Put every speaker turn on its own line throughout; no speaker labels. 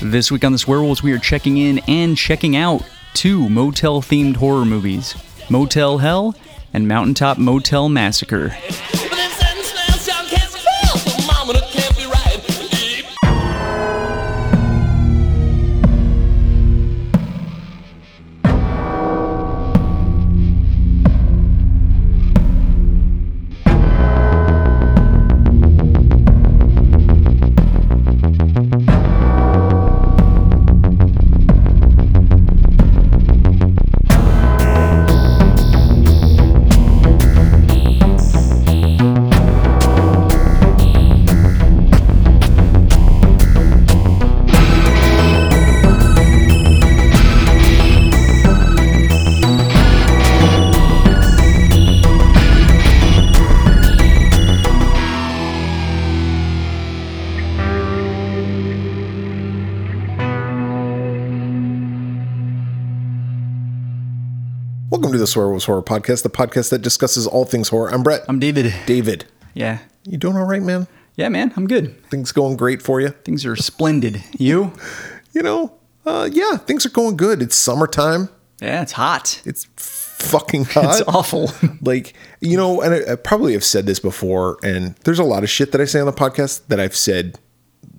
This week on The Swearwolves, we are checking in and checking out two motel themed horror movies Motel Hell and Mountaintop Motel Massacre.
But them satin snails, young cats, fell for mama, that can't be right. Deep
Welcome to the Swearwolves Horror Podcast, the podcast that discusses all things horror. I'm Brett.
I'm David.
David.
Yeah.
You doing all right, man?
Yeah, man, I'm good.
Things going great for you?
Things are splendid. You?
You know, uh, yeah, things are going good. It's summertime.
Yeah, it's hot.
It's fucking hot.
It's awful.
Like, you know, and I, I probably have said this before, and there's a lot of shit that I say on the podcast that I've said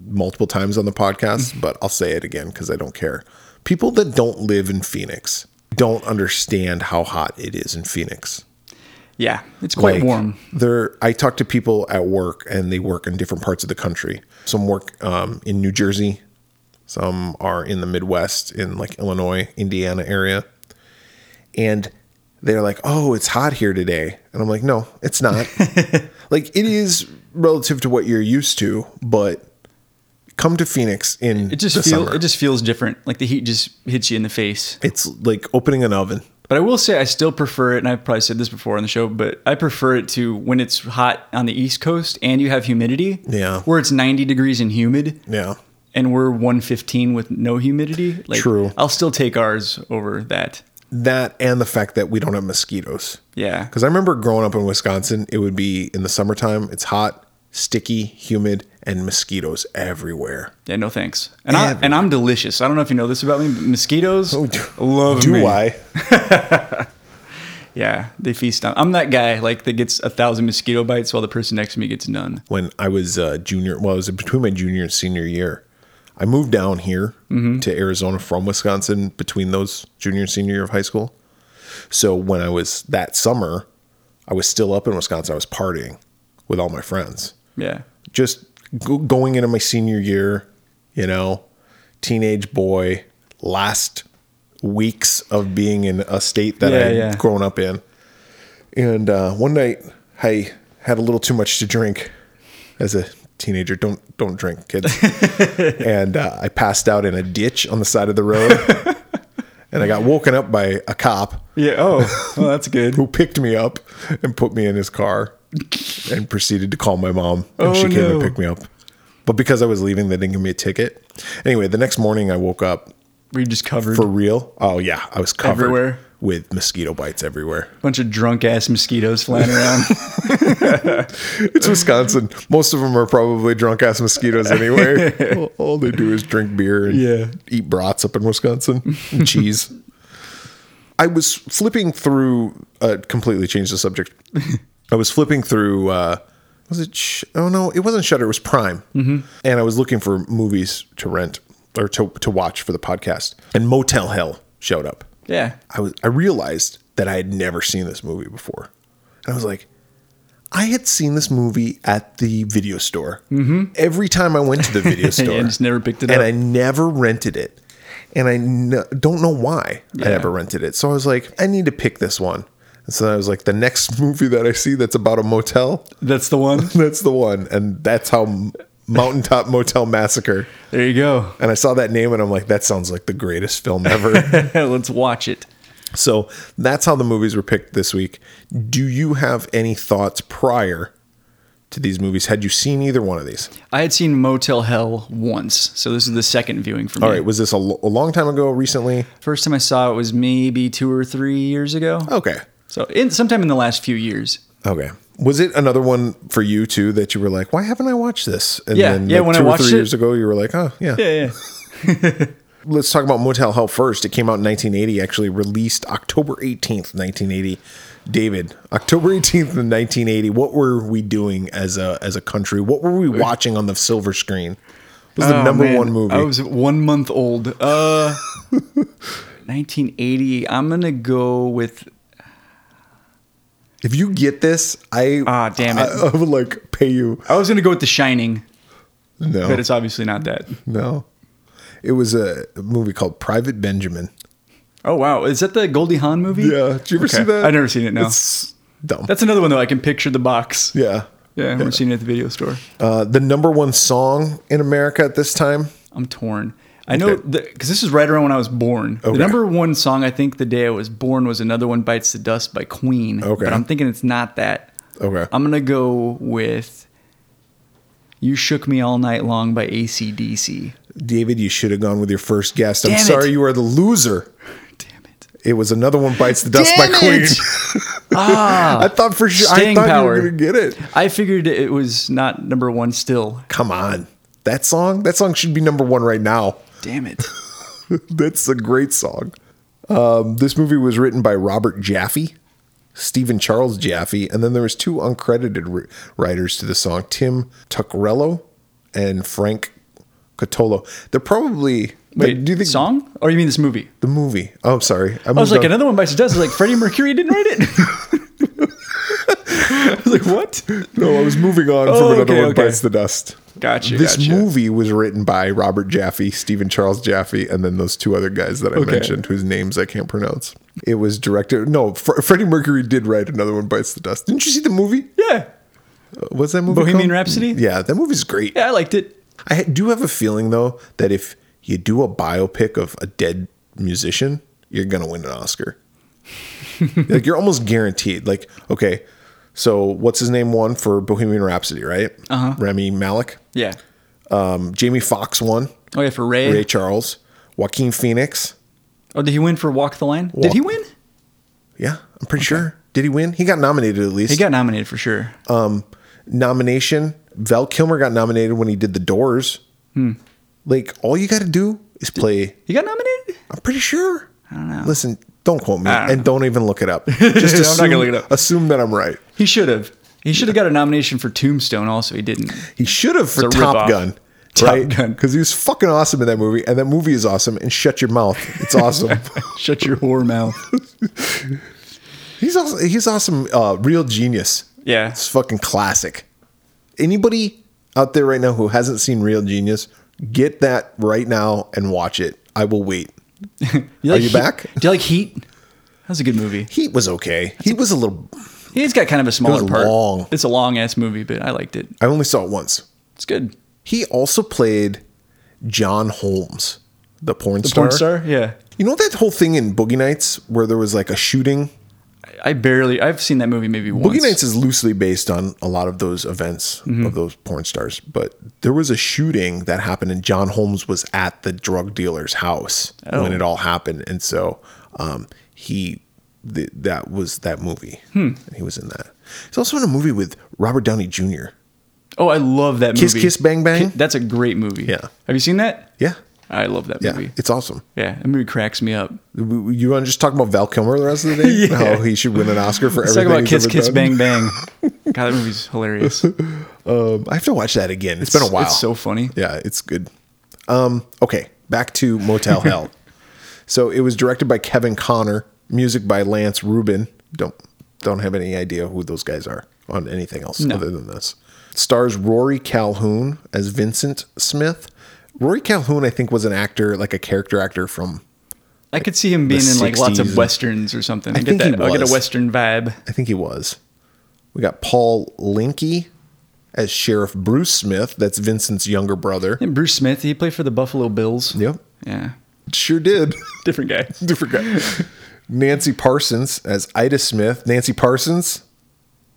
multiple times on the podcast, but I'll say it again because I don't care. People that don't live in Phoenix don't understand how hot it is in Phoenix.
Yeah, it's quite
like,
warm.
There, I talk to people at work, and they work in different parts of the country. Some work um, in New Jersey, some are in the Midwest, in like Illinois, Indiana area, and they're like, "Oh, it's hot here today," and I'm like, "No, it's not. like, it is relative to what you're used to, but come to Phoenix in
It just
the
feels
summer.
it just feels different. Like the heat just hits you in the face.
it's like opening an oven."
But I will say I still prefer it, and I've probably said this before on the show, but I prefer it to when it's hot on the East Coast and you have humidity.
Yeah.
Where it's 90 degrees and humid,
Yeah,
and we're 115 with no humidity. Like,
True.
I'll still take ours over that.
that and the fact that we don't have mosquitoes.
Yeah.
Because I remember growing up in Wisconsin, it would be in the summertime, it's hot, sticky, humid, and mosquitoes everywhere.
Yeah, no thanks. And, I, and I'm delicious. I don't know if you know this about me, but mosquitoes love
Oh, Do
me.
I?
Yeah, they feast on. I'm that guy like that gets a thousand mosquito bites while the person next to me gets none.
When I was uh, junior, well, it was between my junior and senior year. I moved down here
Mm-hmm.
to Arizona from Wisconsin between those junior and senior year of high school. So when I was that summer, I was still up in Wisconsin. I was partying with all my friends.
Yeah.
just go- going into my senior year, you know, teenage boy, last weeks of being in a state that
Yeah,
I'd
yeah.
grown up in. And uh, one night I had a little too much to drink as a teenager. Don't don't drink, kids. and uh, I passed out in a ditch on the side of the road. and I got woken up by a cop
Yeah. Oh, well, that's good.
who picked me up and put me in his car and proceeded to call my mom. And
Oh,
she came
no.
and picked me up. But because I was leaving, they didn't give me a ticket. Anyway, the next morning I woke up
We just covered
for real. Oh, yeah. I was covered
Everywhere?
with mosquito bites everywhere.
a bunch of drunk ass mosquitoes flying around.
It's Wisconsin. Most of them are probably drunk ass mosquitoes anyway. All- All they do is drink beer and
Yeah.
eat brats up in Wisconsin and cheese. I was flipping through, uh, completely changed the subject. I was flipping through, uh, was it, Sh- oh no, it wasn't Shutter, it was Prime. And I was looking for movies to rent or to, to watch for the podcast. And Motel Hell showed up.
yeah.
I was I realized that I had never seen this movie before. And I was like, I had seen this movie at the video store. Mm-hmm. Every time I went to the video store,
And just never picked it
and
up.
I never rented it. And I n- don't know why I
Yeah.
never rented it. So I was like, I need to pick this one. And so I was like, the next movie that I see that's about a motel,
That's the one.
that's the one. And that's how M- Mountaintop Motel Massacre.
There you go.
And I saw that name and I'm like, that sounds like the greatest film ever.
Let's watch it.
So that's how the movies were picked this week. Do you have any thoughts prior to these movies? Had you seen either one of these?
I had seen Motel Hell once, so this is the second viewing for me.
All right, was this a, lo- a long time ago, recently?
First time I saw it was maybe two or three years ago.
Okay.
So in sometime in the last few years.
Okay. Was it another one for you too that you were like, why haven't I watched this? And
Yeah, yeah,
like,
when I
two or
watched
three
it-
years ago, you were like, oh, yeah.
Yeah, yeah.
Let's talk about Motel Hell first. It came out in 1980, actually released October 18th, 1980. David, October 18th, of 1980. What were we doing as a as a country? What were we watching on the silver screen? It was the
Oh,
number
man.
one movie.
I was one month old. Uh, 1980. I'm gonna go with.
if you get this, I
Ah, damn it.
I, I would like pay you.
I was gonna go with The Shining,
No,
but it's obviously not that.
no. It was a movie called Private Benjamin.
Oh wow, is that the Goldie Hawn movie?
Yeah, did you ever
Okay.
see that?
I've never seen it, no.
it's dumb.
That's another one though. I can picture the box.
yeah.
yeah. I remember seeing it at the video store.
Uh, the number one song in America at this time.
I'm torn. I know
Okay.
because this is right around when I was born.
Okay.
The number one song I think the day I was born was another one bites the dust by Queen.
Okay.
but I'm thinking it's not that.
Okay.
I'm gonna go with "You Shook Me All Night Long" by ACDC.
David, you should have gone with your first guest. I'm
Damn it.
sorry you are the loser.
Damn it!
It was another one bites the dust by
Damn
Queen.
it.
I thought for sure I
Staying
thought
power.
you were gonna get it.
Ah, I figured it was not number one still.
Come on. That song? That song should be number one right now.
Damn it!
That's a great song. Um, this movie was written by Robert Jaffe, Stephen Charles Jaffe, and then there was two uncredited ri- writers to the song, Tim Tuckerello and Frank Cotolo. They're probably
Wait,
like, do you think
song? Or you mean this movie?
the movie? Oh, I'm sorry. I,
I was like, another one bites the dust. I was like, Freddie Mercury didn't write it. I was like, what?
No, I was moving on
Oh,
from another
okay,
one
okay.
bites the dust.
Gotcha,
This
gotcha.
movie was written by Robert Jaffe, Stephen Charles Jaffe, and then those two other guys that I mentioned, whose names I can't pronounce. It was directed. No, Fr- Freddie Mercury did write another one bites the dust. Didn't you see the movie?
Yeah,
What's that movie?
Bohemian
called?
Rhapsody?
Yeah, that movie's great.
yeah, I liked it.
I do have a feeling though that if you do a biopic of a dead musician, you're gonna win an Oscar. like you're almost guaranteed. Like okay, so what's his name won for Bohemian Rhapsody, right? Uh-huh. Remy Malik,
Yeah.
um, Jamie Foxx won,
Oh yeah, for Ray.
Ray Charles, Joaquin Phoenix.
Oh, did he win for Walk the Line? Did he win?
Yeah, I'm pretty sure. Did he win? He got nominated at least. Um,
He got nominated for sure.
Uh, nomination. Val Kilmer got nominated when he did The Doors.
Hmm.
Like all you got to do is play.
he got nominated.
I'm pretty sure. I don't know. Listen, don't quote me
I don't
and don't even look it up. Just
I'm not
assume,
gonna look it up.
assume that I'm right.
He should have. He should have got a nomination for Tombstone. Also, he didn't.
He should have for
It's a
Top
ripoff.
Gun.
Top
right?
Gun.
Because he was fucking awesome in that movie, and that movie is awesome. And shut your mouth. It's awesome.
Shut your whore mouth.
he's awesome. He's awesome. Uh, Real genius.
Yeah.
It's fucking classic. Anybody out there right now who hasn't seen Real Genius, get that right now and watch it. I will wait.
You
Are
like
you
Heat?
back?
Do you like Heat? That was a good movie.
Heat was okay. Heat was a little.
He's got kind of a smaller part.
long.
It's a long ass movie, but I liked it.
I only saw it once.
It's good.
He also played John Holmes, the porn star.
Porn star? Yeah.
You know that whole thing in Boogie Nights where there was like a shooting.
I barely. I've seen that movie maybe once. Mm-hmm.
Boogie Nights is loosely based on a lot of those events of those porn stars, but there was a shooting that happened, and John Holmes was at the drug dealer's house when
Oh.
it all happened, and so um, he th- that was that movie.
Hmm.
And he was in that. He's also in a movie with Robert Downey Jr.
Oh, I love that
Kiss
movie.
Kiss Bang Bang.
Ki- That's a great movie.
Yeah.
Have you seen that?
Yeah,
I love that
yeah,
movie.
it's awesome.
Yeah, that movie cracks me up.
W- w- You want to just talk about Val Kilmer the rest of the day?
Yeah.
How he should win an Oscar for
Let's talk
everything.
about Kiss
he's ever
Kiss Bang
done?
Bang. God, that movie's hilarious. It's
Um, I have to watch that again. it's been a while.
It's so funny.
Yeah, it's good. Um, okay, back to Motel Hell. So it was directed by Kevin Connor, music by Lance Rubin. Don't don't have any idea who those guys are on anything else other than this. Stars Rory Calhoun as Vincent Smith. Rory Calhoun, I think, was an actor, like a character actor from.
I could see him being
the
in like lots
60s and-
of westerns or something. I, get
think he
that. I get
was.
a western vibe.
I think he was. We got Paul Linky as Sheriff Bruce Smith. That's Vincent's younger brother.
And Bruce Smith, he played for the Buffalo Bills.
Yep,
Yeah.
sure did.
Different guy.
different guy. Nancy Parsons as Ida Smith. Nancy Parsons.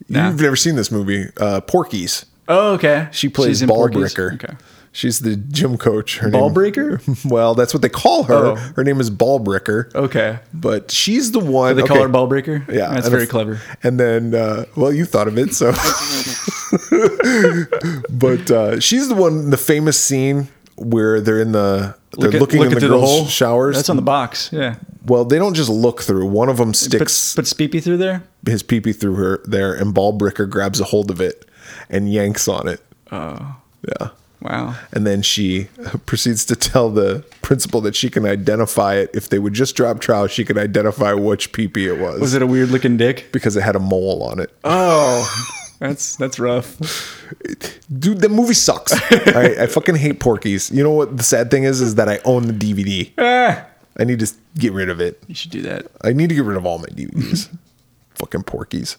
Nah.
You've never seen this movie, uh, Porky's.
Oh, okay.
She plays
She's in
ball
Porky's?
breaker.
Okay.
She's the gym coach. Her
Ball
name-
breaker?
Well, that's what they call her.
Oh.
Her name is Ball Breaker.
Okay.
But she's the one.
Oh, They
okay.
call her ball breaker.
Yeah,
that's
and
very
if-
clever.
And then, uh, well, you thought of it, so. but uh, she's the one, the famous scene where they're in the they're
Look at-
looking
look
in the
through the
girls'
hole.
showers.
That's on the box. Yeah.
well, they don't just look through. One of them
Put, put
sticks
Speepy through there.
his pee pee through her there, and Ballbricker grabs a hold of it and yanks on it. Oh, yeah.
Wow.
And then she proceeds to tell the principal that she can identify it. If they would just drop trowel, she could identify which pee pee it was.
Was it a weird looking dick?
because it had a mole on it?
Oh, that's that's rough.
Dude, the movie sucks. All right, I fucking hate Porky's. You know what the sad thing is? Is that I own the DVD.
Ah,
I need to s- get rid of it.
you should do that.
I need to get rid of all my DVDs. Fucking Porkies.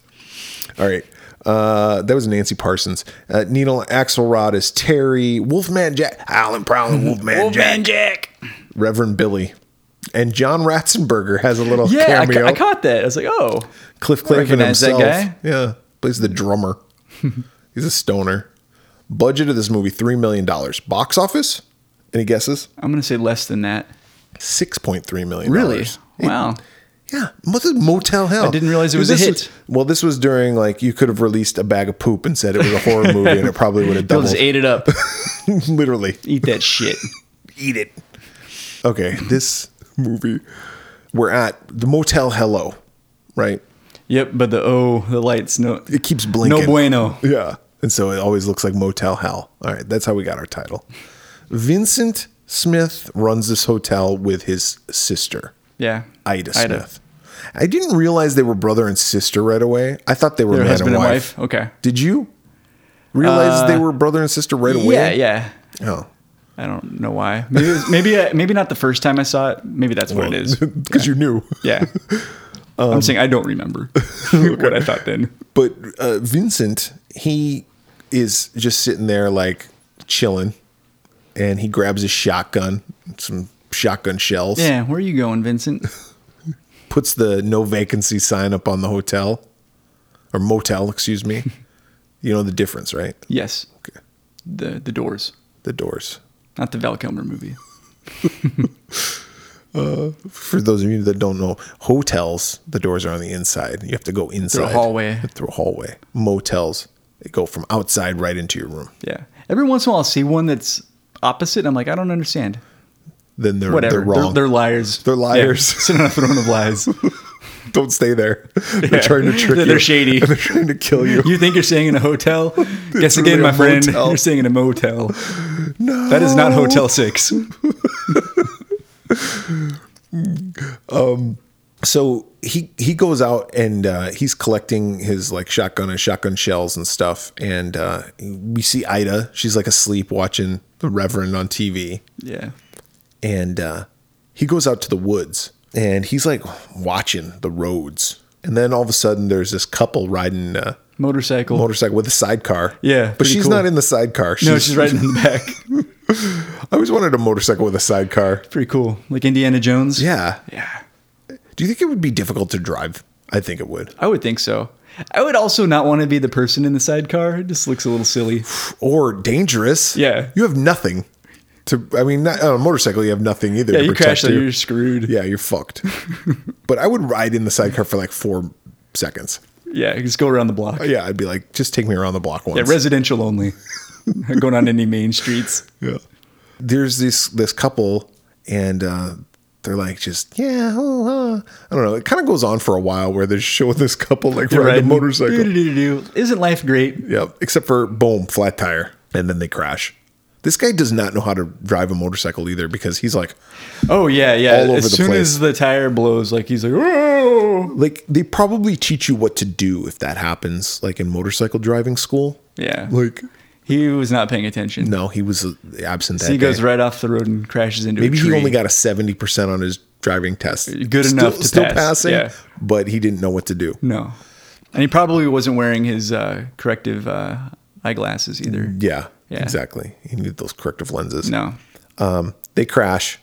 All right. Uh, that was Nancy Parsons. Uh, Needle Axelrod is Terry. Wolfman Jack. Alan Prowling, Wolfman, Jack.
Jack.
Reverend Billy. And John Ratzenberger has a little
Yeah, I, ca-
cameo.
I caught that. I was like, oh,
Cliff Clavin
Recognize that
himself.
guy?
Yeah. Plays the drummer. He's a stoner. Budget of this movie, $3 million. Box office? Any guesses?
I'm gonna say less than that.
$6.3 million. It-
Wow.
Yeah, what's a Motel Hell?
I didn't realize it was a
This
hit.
well, this was during like you could have released a bag of poop and said it was a horror movie, and it probably would have
Bill
doubled.
just ate it up.
Literally,
Eat that shit.
eat it. Okay, this movie, we're at the Motel Hello, right?
Yep, but the oh, the lights no.
It keeps blinking.
No bueno.
Yeah, and so it always looks like Motel Hell. All right, that's how we got our title. Vincent Smith runs this hotel with his sister.
Yeah.
Ida Smith. I didn't realize they were brother and sister right away. I thought they were
Their
man
husband
and
and
wife.
wife. Okay.
Did you realize they were brother and sister right away?
Yeah, yeah.
Oh,
I don't know why. Maybe it was, maybe uh, maybe not the first time I saw it. Maybe that's what it is.
because you knew.
Yeah. I'm
um,
saying I don't remember what I thought then.
But uh, Vincent, he is just sitting there like chilling, and he grabs his shotgun, some shotgun shells,
Yeah, where are you going, Vincent?
puts the no vacancy sign up on the hotel or motel, excuse me. you know the difference, right?
Yes.
Okay.
The the doors.
The doors.
Not the Val Kilmer movie.
for those of you that don't know, hotels the doors are on the inside. You have to go inside
hallway.
Through a hallway. Motels they go from outside right into your room.
Yeah. Every once in a while I'll see one that's opposite and I'm like, I don't understand.
Then they're
Whatever.
they're wrong.
They're, liars.
They're liars.
Yeah. Sitting on a throne of lies.
don't stay there. They're trying to trick
They're-
you.
they're shady.
they're trying to kill you.
You think you're staying in a hotel? Guess
really
again,
a
my friend.
motel.
You're staying in a motel. No. That is not Hotel 6.
So he he goes out and uh, he's collecting his like shotgun and shotgun shells and stuff. And uh, we see Ida. She's like asleep watching the Reverend on TV.
Yeah.
and uh, he goes out to the woods and he's like watching the roads. And then all of a sudden, there's this couple riding a
Motorcycle.
motorcycle with a sidecar.
Yeah,
but
pretty
she's
cool.
not in the sidecar. She's,
no, she's right in the back.
I always wanted a motorcycle with a sidecar.
Pretty cool. Like Indiana Jones.
Yeah.
Yeah.
Do you think it would be difficult to drive? I think it would.
I would think so. I would also not want to be the person in the sidecar. It just looks a little silly.
Or dangerous.
Yeah.
You have nothing to. I mean, not, on a motorcycle, you have nothing either.
Yeah,
to
you
protect
crash that, you're screwed.
Yeah, you're fucked. but I would ride in the sidecar for like four seconds.
Yeah, just go around the block.
Yeah, I'd be like, just take me around the block once.
Yeah, residential only. Not going on any main streets.
Yeah. There's this this couple, and uh, they're like just yeah. oh, uh," I don't know. It kind of goes on for a while where they're showing this couple like riding, a motorcycle.
Do-do-do-do. Isn't life great?
Yep. Except for boom, flat tire, and then they crash. This guy does not know how to drive a motorcycle either because he's like,
Oh yeah, yeah.
All over
as
the
soon
place.
as the tire blows, like he's like, oh
like they probably teach you what to do if that happens, like in motorcycle driving school.
yeah.
Like
he was not paying attention.
no, he was uh, absent. That
So he goes
day.
right off the road and crashes into
Maybe
a tree.
he only got a seventy percent on his driving test.
Good
Still-
enough to
still
pass,
passing,
yeah.
but he didn't know what to do.
no, and he probably wasn't wearing his uh, corrective uh, eyeglasses either.
Yeah,
Yeah.
exactly. You need those corrective lenses. Um,
No,
They crash.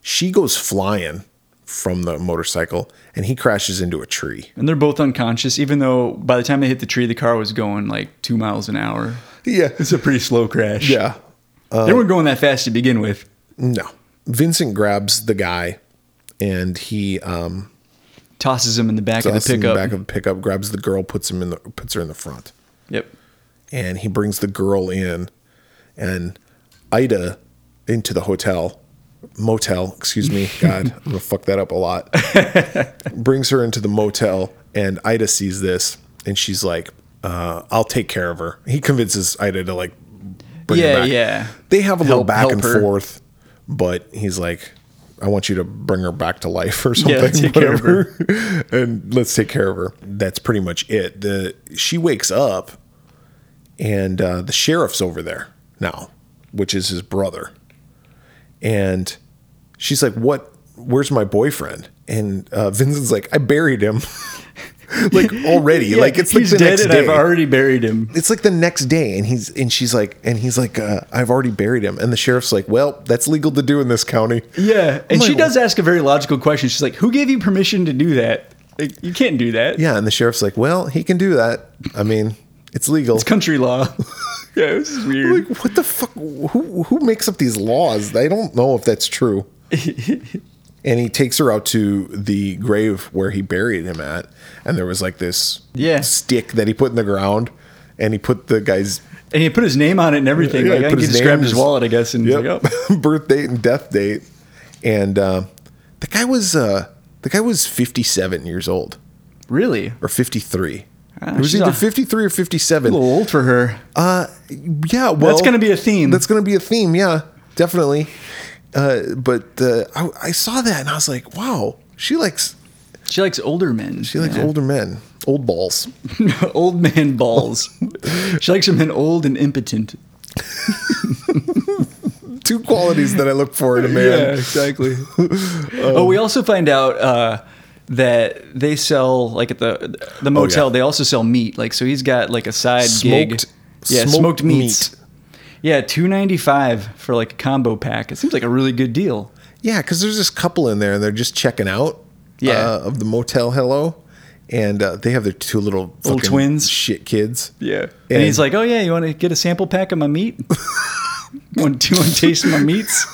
She goes flying from the motorcycle and he crashes into a tree.
and they're both unconscious. Even though by the time they hit the tree, the car was going like two miles an hour.
Yeah.
It's a pretty slow crash.
Yeah. Uh,
they weren't going that fast to begin with.
No. Vincent grabs the guy and he um
Tosses him in the back of
busts
the
him in
pickup.
back of the pickup, grabs the girl, puts him in the puts her in the front.
yep.
And he brings the girl in and Ida into the hotel motel excuse me god i'm gonna fuck that up a lot brings her into the motel and ida sees this and she's like uh, i'll take care of her he convinces ida to like bring
Yeah,
her back
yeah.
they have a little
Help-
back
help
and
her.
forth but he's like i want you to bring her back to life or something
take care of
whatever. and let's take care of her that's pretty much it the she wakes up and uh, the sheriff's over there now, which is his brother. And she's like, "What? Where's my boyfriend?" And uh, Vincent's like, "I buried him, like already.
Yeah,
like it's like
he's
the
dead
next
and
day.
I've already buried him.
it's like the next day." And he's and she's like, and he's like, uh, "I've already buried him." And the sheriff's like, "Well, that's legal to do in this county."
Yeah,
I'm
and she
like,
does ask a very logical question. She's like, "Who gave you permission to do that? Like, you can't do that.
Yeah, and the sheriff's like, "Well, he can do that. I mean, it's legal."
It's country law." yeah, this is weird.
like, what the fuck? Who who makes up these laws? I don't know if that's true. and he takes her out to the grave where he buried him at, and there was like this
Yeah.
stick that he put in the ground, and he put the guy's
And he put his name on it and everything.
Yeah,
like,
he
I
put
think he
his
just
name,
grabbed his
his-
wallet, I guess, and he's
yep.
like, oh.
birth date and death date, and uh, the guy was uh, the guy was fifty seven years old
really?
or fifty three.
Ah,
it was
she's
either
a-
fifty three or fifty
A
seven.
little old for her.
Uh, yeah, well,
That's gonna be a theme.
That's gonna be a theme. Yeah, definitely. Uh, but uh, I, I saw that and I was like, wow, she likes
She likes older men.
she likes older men, old balls.
old man balls. she likes her men old and impotent.
Two qualities that I look for in a
Yeah,
man.
exactly. oh, we also find out uh, that they sell like at the the motel.
Oh, yeah.
They also sell meat. Like so, he's got like a side gig.
Smoked-
Yeah, smoked,
smoked
meats.
meat.
Yeah, two ninety five for like a combo pack. It seems like a really good deal.
Yeah, because there's this couple in there and they're just checking out.
Yeah.
uh, of the motel. Hello. And uh, they have their two little,
Little
fucking
twins.
shit kids.
Yeah, and,
And-
he's like, "Oh yeah, you want to get a sample pack of my meat? want to want to taste my meats?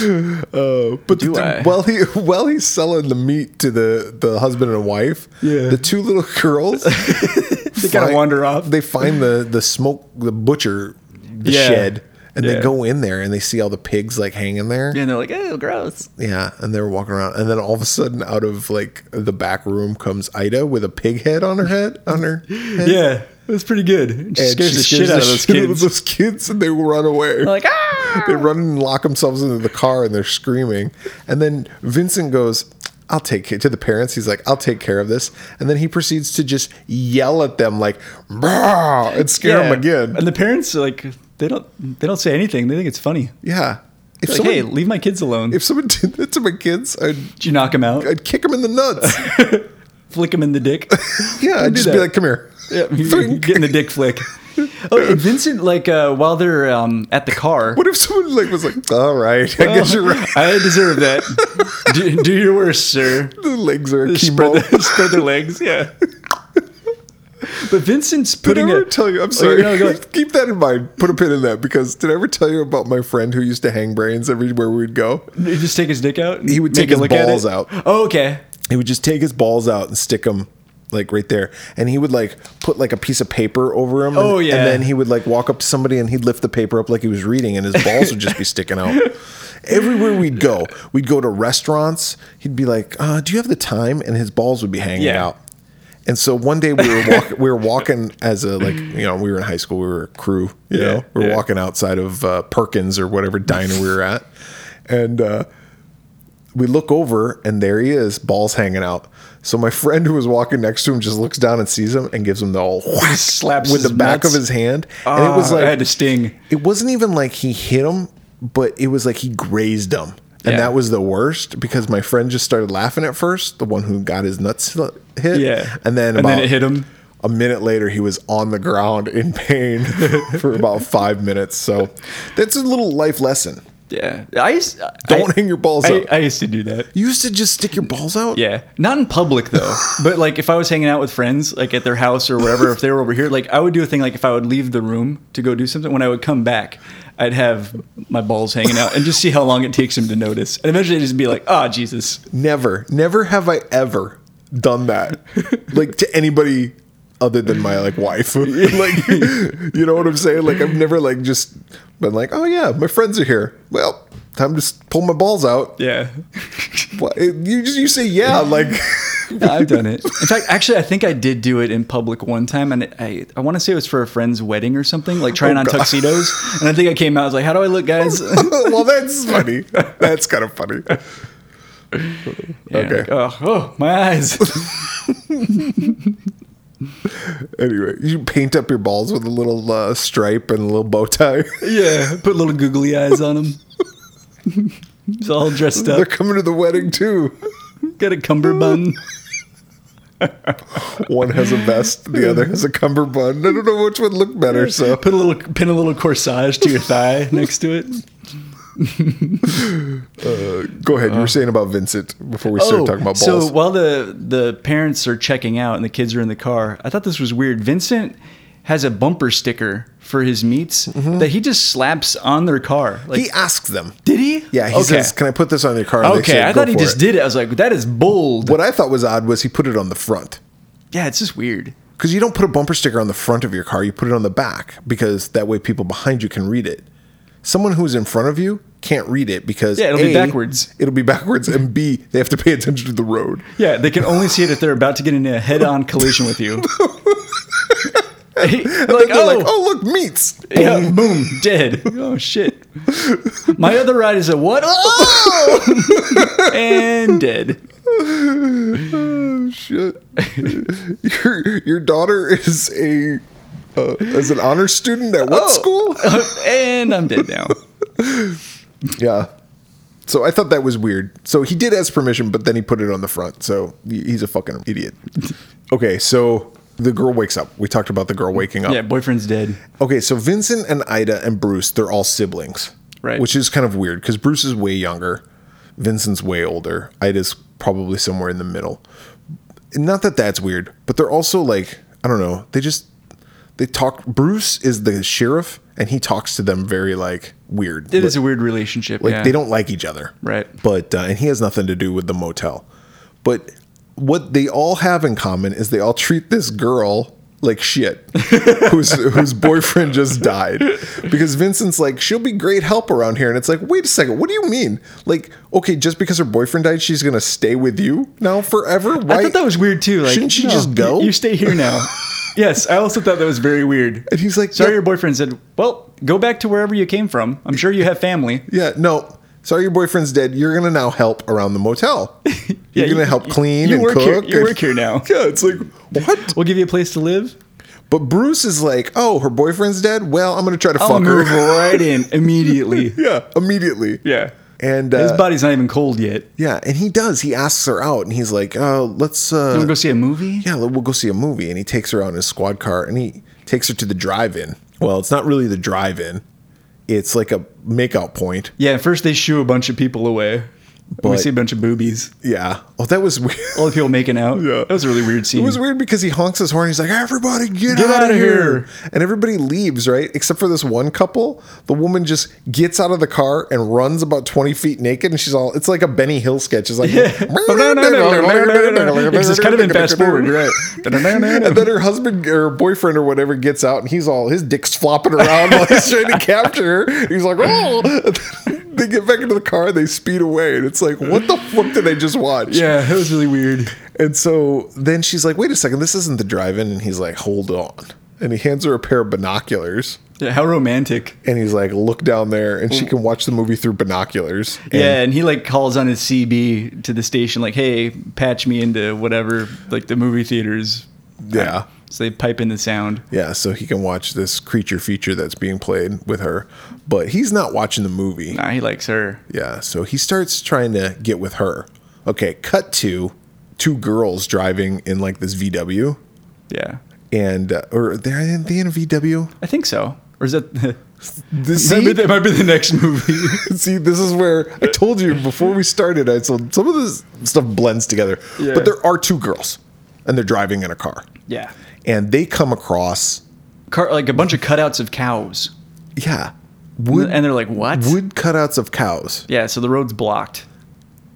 But
Do
the-
I?
while he while he's selling the meat to the the husband and wife,
Yeah.
the two little girls
They gotta
find-
wander off.
They find the the smoke the butcher the
Yeah.
shed and
Yeah.
they go in there and they see all the pigs like hanging there.
and they're like, "Oh, gross."
Yeah, and they're walking around and then all of a sudden out of like the back room comes Ida with a pig head on her head on her head.
Yeah, it was pretty good. She
And
scares
she
the shit out of those
shit out
kids.
those kids, and they run away.
They're like, ah!
They run and lock themselves into the car and they're screaming. And then Vincent goes, I'll take it to the parents. He's like, I'll take care of this. And then he proceeds to just yell at them, like, "Brah," and scare
Yeah.
them again.
And the parents are like they don't they don't say anything. They think it's funny.
yeah. If
Like,
someone,
hey, leave my kids alone.
if someone did that to my kids, I'd,
Did you knock them out?
I'd kick them in the nuts.
flick them in the dick.
Yeah, I'd
do
just
that.
be like, come here.
yeah,
Think.
getting the dick flick. Oh, and Vincent, like uh, while they're um, at the car,
What if someone like was like, all right, I guess you're right.
I deserve that. do, do your worst, sir.
The legs are a
Spread,
chemo.
the, spread their legs, yeah. But Vincent's
Did I
putting
ever
a.
tell you? I'm
Oh,
sorry.
yeah, no, go ahead.
Keep that in mind. Put a pin in that because did I ever tell you about my friend who used to hang brains everywhere we'd go?
He'd just take his dick out. and
He would
make
take
a
his
look at it?
balls out.
Oh, okay.
He would just take his balls out and stick them like right there, and he would like put like a piece of paper over him.
Oh,
and,
yeah.
And then he would like walk up to somebody and he'd lift the paper up like he was reading, and his balls would just be sticking out. Everywhere we'd go, we'd go to restaurants. He'd be like, uh, "Do you have the time?" And his balls would be hanging
Yeah.
out. And so one day we were walk- we were walking as a like you know we were in high school we were a crew you
Yeah,
know we were
yeah.
walking outside of uh, Perkins or whatever diner we were at and uh, we look over and there he is balls hanging out so my friend who was walking next to him just looks down and sees him and gives him the old whack
slaps
with
his
the back
nuts.
of his hand and it was
Ah,
like
I had to sting.
it wasn't even like he hit him, but it was like he grazed him. And
Yeah.
that was the worst because my friend just started laughing at first, the one who got his nuts sl- hit.
Yeah.
And then
And
about
then it hit him.
A minute later, he was on the ground in pain for about five minutes. So that's a little life lesson.
Yeah, I used,
Don't
I-
hang your balls
I,
up.
I used to do that.
You used to just stick your balls out?
Yeah, not in public though. but like if I was hanging out with friends, like at their house or wherever, if they were over here, like I would do a thing like if I would leave the room to go do something, when I would come back, I'd have my balls hanging out and just see how long it takes them to notice. And eventually they'd just be like, "Ah, Jesus."
Never, never have I ever done that. like to anybody other than my like wife. like you know what I'm saying? Like I've never like just been like, oh yeah, my friends are here. Well, time to s- pull my balls out.
Yeah.
What- You just you say yeah like
No, I've done it. In fact, actually, I think I did do it in public one time, and I I want to say it was for a friend's wedding or something, like trying on tuxedos. And I think I came out I was like, "How do I look, guys?" Yeah,
well that's funny. That's kind of funny. Okay.
like, oh, oh, my eyes.
Anyway, you paint up your balls with a little uh, stripe and a little bow tie.
yeah, put little googly eyes on them. It's all dressed
They're
up.
coming to the wedding too.
Got a cummerbund.
One has a vest, the other has a cummerbund. I don't know which would look better. So
Put a little pin a little corsage to your thigh next to it.
go ahead. You were saying about Vincent before we started talking about balls.
Uh, oh, So while the the parents are checking out and the kids are in the car, I thought this was weird. Vincent has a bumper sticker for his meats that he just slaps on their car. Like,
Mm-hmm. he asks them.
did he?
Yeah, he
okay.
says, "Can I put this on your car?" And they
okay,
say,
I
"Go
thought he
for
just
it."
did it. I was like, that is bold.
What I thought was odd was he put it on the front
Yeah, it's just weird.
because you don't put a bumper sticker on the front of your car. You put it on the back because that way people behind you can read it. Someone who's in front of you can't read it because
Yeah, it'll be backwards.
It'll be backwards, and B, they have to pay attention to the road.
Yeah, they can only see it if they're about to get in a head-on collision with you. like,
Like, they're
oh,
like, "Oh, look, meats."
yeah, boom, dead. Oh shit. My other ride is a what? Oh! and dead.
Oh, Shit. your your daughter is a uh, is an honor student at what
Oh.
school?
and I'm dead now.
Yeah. So I thought that was weird. So he did ask permission, but then he put it on the front. So he- he's a fucking idiot. Okay, so the girl wakes up. We talked about the girl waking up.
Yeah, boyfriend's dead.
Okay, so Vincent and Ida and Bruce, they're all siblings.
Right.
Which is kind of weird because Bruce is way younger. Vincent's way older. Ida's probably somewhere in the middle. Not that that's weird, but they're also like, I don't know, they just, they talk. Bruce is the sheriff and he talks to them very like weird.
It is a weird relationship.
Like
yeah.
they don't like each other.
Right.
But uh, and he has nothing to do with the motel. But what they all have in common is they all treat this girl like shit, whose whose boyfriend just died. Because Vincent's like, she'll be great help around here, and it's like, wait a second, what do you mean? Like, okay, just because her boyfriend died, she's gonna stay with you now forever? Why?
I thought that was weird too. Like,
Shouldn't she
no,
just go?
You, you stay here now. yes, I also thought that was very weird.
And he's like,
Sorry,
"Yeah."
your boyfriend said, Well, go back to wherever you came from. I'm sure you have family.
yeah, no. Sorry, your boyfriend's dead. You're gonna now help around the motel. You're gonna help clean
you
and
work Here,
cook.
you
and-
work here now.
Yeah, it's like what?
We'll give you a place to live.
But Bruce is like, oh, her boyfriend's dead. Well, I'm gonna try to
I'll
fuck
move
her.
right in immediately.
yeah, immediately.
Yeah.
And uh,
His body's not even cold yet.
yeah, and he does. He asks her out, and he's like, uh, let's
You
uh,
want to go see a movie?
yeah, we'll go see a movie. And he takes her out in his squad car, and he takes her to the drive-in. Well, it's not really the drive-in. It's like a makeout point.
Yeah, first they shoo a bunch of people away. we
But-
see a bunch of boobies.
Yeah. Oh, that was weird.
All the people making out.
Yeah.
That was a really weird scene.
It was weird because he honks his horn. He's like, "Everybody,
Mm.
get,
Get
out,
outta
of here.
here.
And everybody leaves, right? Except for this one couple. The woman just gets out of the car and runs about twenty feet naked, and she's all. It's like a Benny Hill sketch. It's like,
Because it's kind of in fast forward, you're
And
right?
then her husband or boyfriend or whatever gets out, and he's all his dick's flopping around while he's trying to capture her. He's like, "Oh!" They get back into the car, they speed away, and it's like, "What the fuck did I just watch?"
yeah, that was really weird.
And so then she's like, wait a second, this isn't the drive in. And he's like, hold on. And he hands her a pair of binoculars
Yeah, how romantic.
and he's like, look down there. And she can watch the movie through binoculars. And
yeah, and he like calls on his CB to the station, like, "Hey, patch me into whatever, like the movie theaters."
Yeah.
So they pipe in the sound.
Yeah. So he can watch this creature feature that's being played with her. But he's not watching the movie.
Nah, he likes her.
Yeah. So he starts trying to get with her. Okay. Cut to two girls driving in like this VW.
Yeah,
And, uh, or they're in, they in a VW.
I think so. Or is that
This,
Maybe that might be the next movie?
See, this is where I told you before we started. I told some of this stuff blends together,
Yeah.
but there are two girls, and they're driving in a car,
yeah,
and they come across,
Car, like a bunch of cutouts of cows,
yeah, wood
and they're like, "What?"
wood cutouts of cows,
Yeah, so the road's blocked.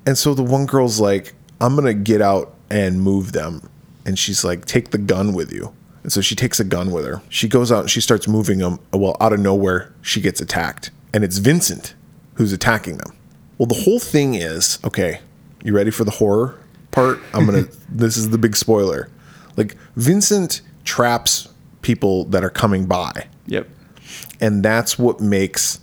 and so the one girl's like, "I'm gonna get out and move them," and she's like, "Take the gun with you," And so she takes a gun with her. She goes out and she starts moving them. Well, out of nowhere, she gets attacked. And it's Vincent who's attacking them. Well, the whole thing is okay, you ready for the horror part? I'm going to, this is the big spoiler. Like, Vincent traps people that are coming by.
Yep.
And that's what makes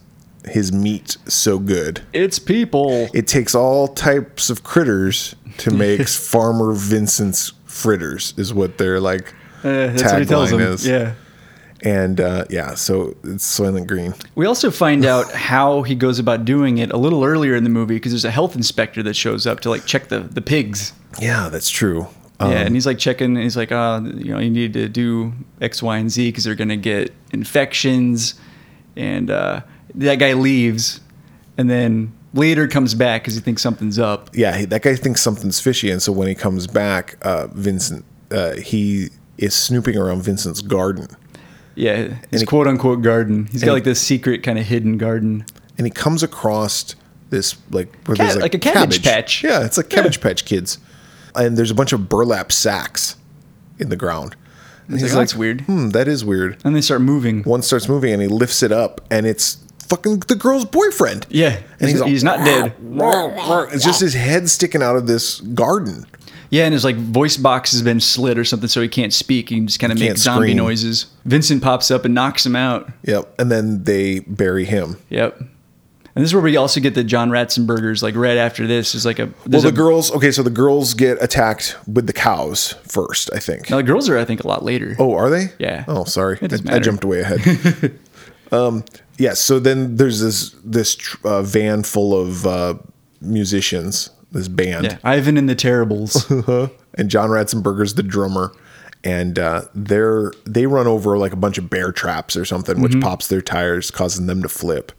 his meat so good.
It's people.
It takes all types of critters to make Farmer Vincent's fritters, is what their like
Uh, that's what he tells
tagline
them.
is.
Yeah.
And uh, yeah, so it's Soylent Green.
We also find out how he goes about doing it a little earlier in the movie because there's a health inspector that shows up to like check the, the pigs.
Yeah, that's true. Um,
yeah, and he's like checking. And he's like, uh, you know, you need to do X, Y, and Z because they're gonna get infections. And uh, that guy leaves, and then later comes back because he thinks something's up.
yeah, he, that guy thinks something's fishy, and so when he comes back, uh, Vincent, uh, he is snooping around Vincent's garden,
Yeah, his
he-
quote unquote garden. He's
and
got
he-
like this secret kind of hidden garden.
and he comes across this like where
Ca- like a cabbage patch.
Yeah, it's like cabbage patch kids, and there's a bunch of burlap sacks in the ground. And
He's like, "Oh, that's weird.
Hmm, that is weird.
And they start moving.
One starts moving, and he lifts it up, and it's fucking the girl's boyfriend.
Yeah,
And
and
he's
he's,
all-
he's not dead.
It's just his head sticking out of this garden.
Yeah, and his like voice box has been slit or something, so he can't speak. He can just kind of
He
make
can't
zombie
scream.
noises. Vincent pops up and knocks him out.
Yep. And then they bury him.
Yep. And this is where we also get the John Ratzenberger's like right after this is like a
Well,
there's
the
a-
girls. Okay, so the girls get attacked with the cows first, I think.
Now the girls are I think a lot later.
Oh, are they?
Yeah.
Oh, sorry.
It doesn't
I, I
matter.
jumped way ahead. um, yeah. So then there's this this tr- uh, van full of uh, musicians, this band,
yeah. Ivan and the Terribles.
and John Ratzenberger's the drummer, and uh, they're they run over like a bunch of bear traps or something,
Mm-hmm.
which pops their tires, causing them to flip.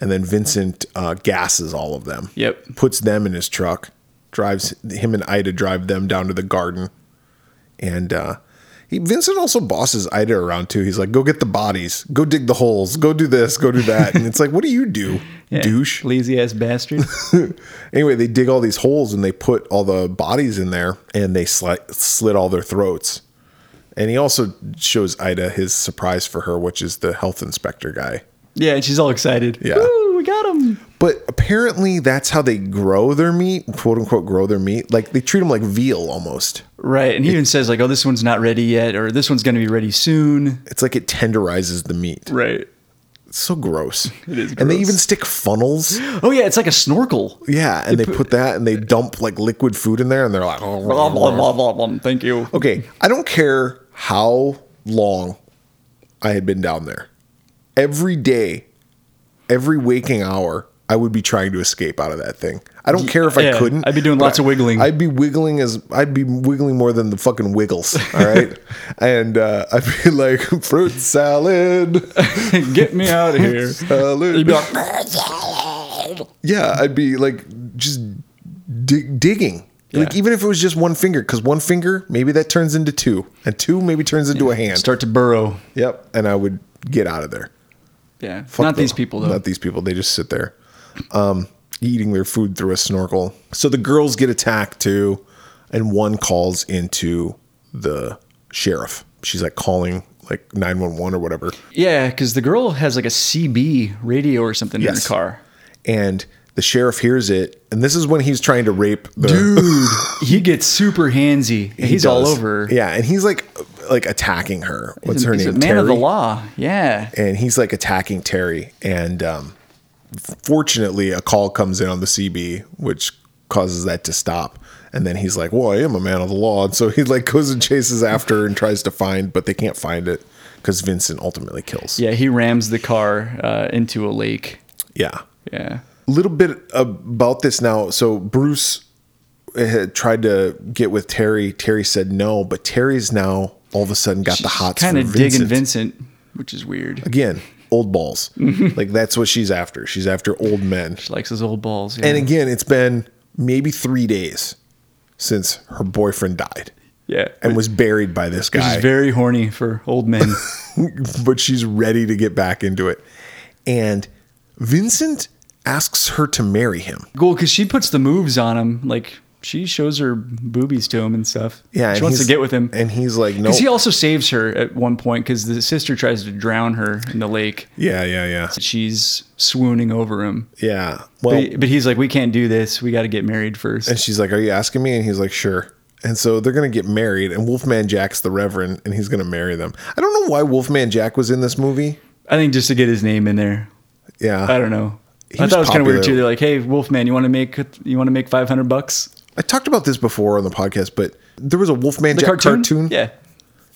And then Vincent uh, gasses all of them.
Yep.
Puts them in his truck, drives him and Ida drive them down to the garden, and uh, he Vincent also bosses Ida around too. He's like, "Go get the bodies, go dig the holes, go do this, go do that," and it's like, "What do you do,
Yeah.
douche?"
Lazy ass bastard.
Anyway, they dig all these holes and they put all the bodies in there and they sli- slit all their throats. And he also shows Ida his surprise for her, which is the health inspector guy.
yeah, and she's all excited.
Yeah.
Woo, we got him.
But apparently, that's how they grow their meat, quote unquote, grow their meat. Like they treat them like veal almost.
Right. And he even says, like, oh, this one's not ready yet, or this one's gonna be ready soon.
It's like it tenderizes the meat.
Right.
It's so gross. It
is
And they
gross.
even stick funnels.
Oh yeah, it's like a snorkel.
Yeah. And they put that and they dump like liquid food in there and they're like,
Blah blah blah blah blah. Thank you.
okay, I don't care how long I had been down there. Every day, every waking hour, I would be trying to escape out of that thing. I don't care if I
yeah,
couldn't.
I'd be doing
but
lots of wiggling.
I'd be wiggling as I'd be wiggling more than the fucking wiggles. All right, and uh, I'd be like fruit salad. Oh.
Get me out of here.
salad.
You'd be like,
yeah, I'd be like just dig- digging. Like
Yeah.
even if it was just one finger, because one finger maybe that turns into two, and two maybe turns into a hand.
start to burrow.
Yep. And I would get out of there.
Yeah.
Fuck
not
the-
these people though.
Not these people. They just sit there, um, eating their food through a snorkel. So the girls get attacked too, and one calls into the sheriff. She's like calling like nine one one or whatever,
Yeah, because the girl has like a CB radio or something in
Yes.
her car.
and the sheriff hears it. And this is when he's trying to rape the
Dude, he gets super handsy.
He
he's all
does.
over.
Yeah, and he's like like attacking her. What's
He's a-
her
he's
name?
A man of the
Terry?
law. Yeah.
and he's like attacking Terry. And um, fortunately, a call comes in on the CB, which causes that to stop. And then he's like, "Well, I am a man of the law," and so he like goes and chases after her and tries to find, but they can't find it because Vincent ultimately kills.
Yeah, he rams the car uh, into a lake.
yeah.
Yeah.
A little bit about this now. So Bruce had tried to get with Terry. Terry said no, but Terry's now all of a sudden got the hots
Kind
for
of digging
Vincent.
Vincent, which is weird.
Again, old balls.
Mm-hmm.
like that's what she's after. She's after old men.
She likes his old balls. Yeah.
And again, it's been maybe three days since her boyfriend died
yeah.
and was buried by this
She's
guy.
very horny for old men.
but she's ready to get back into it. And Vincent asks her to marry him.
cool, because she puts the moves on him. Like she shows her boobies to him and stuff.
Yeah,
she
and
wants to
he's-
get with him.
and he's like, no.
Because he also saves her at one point because the sister tries to drown her in the lake.
yeah, yeah, yeah,
She's swooning over him.
yeah. Well,
But, but he's like, we can't do this. We got to get married first.
And she's like, Are you asking me? And he's like, Sure. And so they're going to get married, and Wolfman Jack's the Reverend, and he's going to marry them. I don't know why Wolfman Jack was in this movie.
I think just to get his name in there.
Yeah.
I don't know. I
Uh, was
thought it was kind of weird
popular.
too. They're like, "Hey, Wolfman, you want to make you want to make five hundred bucks?"
I talked about this before on the podcast, but there was a Wolfman
The
Jack cartoon?
Yeah,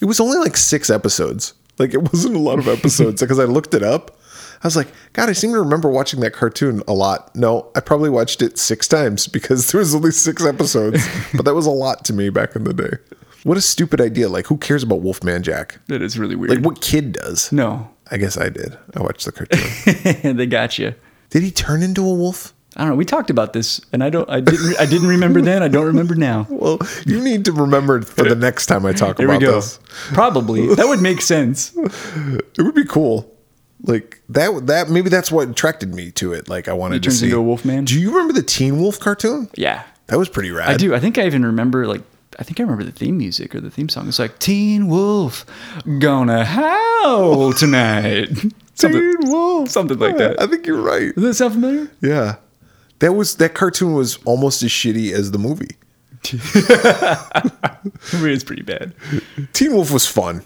It was only like six episodes. Like, it wasn't a lot of episodes because I looked it up. I was like, God, I seem to remember watching that cartoon a lot. No, I probably watched it six times because there was only six episodes, but that was a lot to me back in the day. What a stupid idea. Like, who cares about Wolfman Jack?
that is really weird.
Like, what kid does?
no,
I guess I did. I watched the cartoon.
they got you.
did he turn into a wolf?
I don't know. We talked about this, and I don't. I didn't. I didn't remember then. I don't remember now.
Well, you need to remember for the next time I talk
Here we
about
go.
this.
Probably that would make sense.
It would be cool. Like that that maybe that's what attracted me to it. Like I wanted
He
to
turns
see
into a wolf man?
Do you remember the Teen Wolf cartoon?
Yeah,
That was pretty rad.
I do. I think I even remember like. I think I remember the theme music or the theme song. It's like Teen Wolf, gonna howl tonight. something,
Teen Wolf.
something like
Yeah,
that.
I think you're right.
Does that sound familiar?
Yeah. That was that cartoon was almost as shitty as the movie.
I mean, it's pretty bad.
Teen Wolf was fun.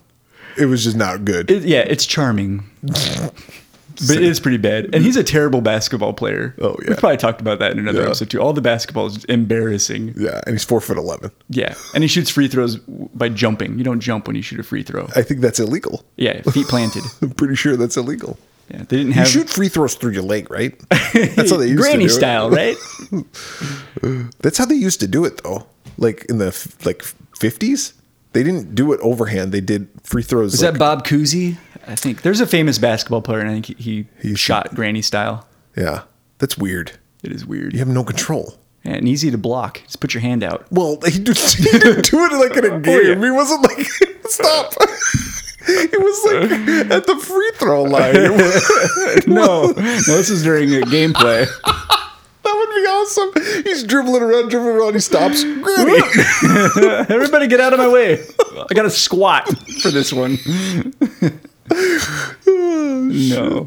It was just not good.
It, yeah, it's charming. But it is pretty bad, and he's a terrible basketball player.
Oh, yeah.
we probably talked about that in another
Yeah.
episode too. All the basketball is embarrassing.
yeah, and he's four foot eleven.
Yeah, and he shoots free throws by jumping. You don't jump when you shoot a free throw.
I think that's illegal.
Yeah, feet planted.
I'm pretty sure that's illegal.
Yeah, they didn't
You
have
shoot free throws through your leg, right? That's how they used
granny
to do
style,
It.
right?
That's how they used to do it, though. Like in the f- like fifties, they didn't do it overhand. They did free throws.
Is that
like,
Bob Cousy? I think there's a famous basketball player, and I think he, he
He's-
shot granny style.
yeah, that's weird.
It is weird
You have no control.
and easy to block. Just put your hand out.
Well, he, did, he didn't do it like in a game.
Oh, yeah.
He wasn't like stop. it was like at the free throw line. It was-
No, no, this is during a gameplay.
that would be awesome. He's dribbling around, dribbling around. He stops. Granny.
Everybody get out of my way. I got to squat for this one. no.
Oh,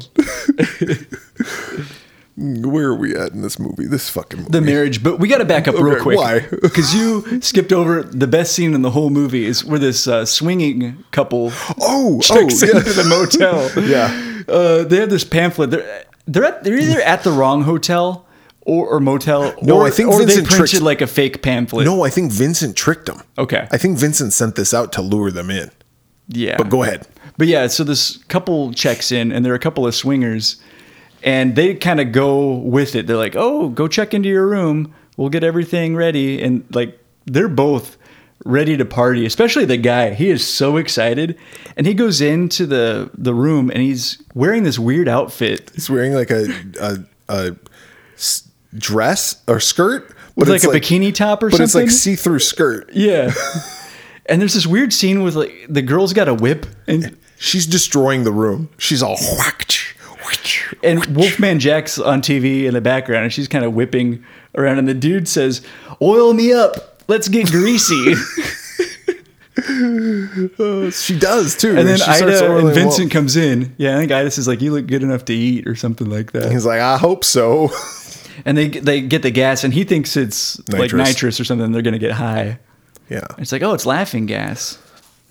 Where are we at in this movie? This fucking movie.
The marriage, but we got to back up real
Okay,
quick.
why?
Because you skipped over the best scene in the whole movie is where this uh, swinging couple
oh, oh,
checks
yeah.
into the motel.
Yeah.
Uh, they have this pamphlet. They're, they're, at, they're either at the wrong hotel or, or motel.
No,
or,
I think
or they
Vincent
printed
tricked-
like a fake pamphlet.
No, I think Vincent tricked him.
Okay.
I think Vincent sent this out to lure them in.
yeah.
But go ahead.
But yeah, so this couple checks in, and there are a couple of swingers, and they kind of go with it. They're like, "Oh, go check into your room. We'll get everything ready." And like, they're both ready to party. Especially the guy, he is so excited, and he goes into the the room, and he's wearing this weird outfit,
He's wearing like a a, a s- dress or skirt, but
like a bikini top or
but it's like
something?
see through skirt.
yeah. and there's this weird scene with like the girl's got a whip, and
She's destroying the room. She's all whacked. whacked.
and Wolfman Jack's on TV in the background, and she's kind of whipping around, and the dude says, "Oil me up, let's get greasy."
She does too.
and then
she starts
Ida
oiling
and
him
Vincent
up.
comes in. Yeah, I think Ida says like, "You look good enough to eat" or something like that.
He's like, I hope so.
And they they get the gas, and he thinks it's like
Nitrous.
nitrous or something. and They're gonna get high.
yeah.
It's like, oh, it's laughing gas.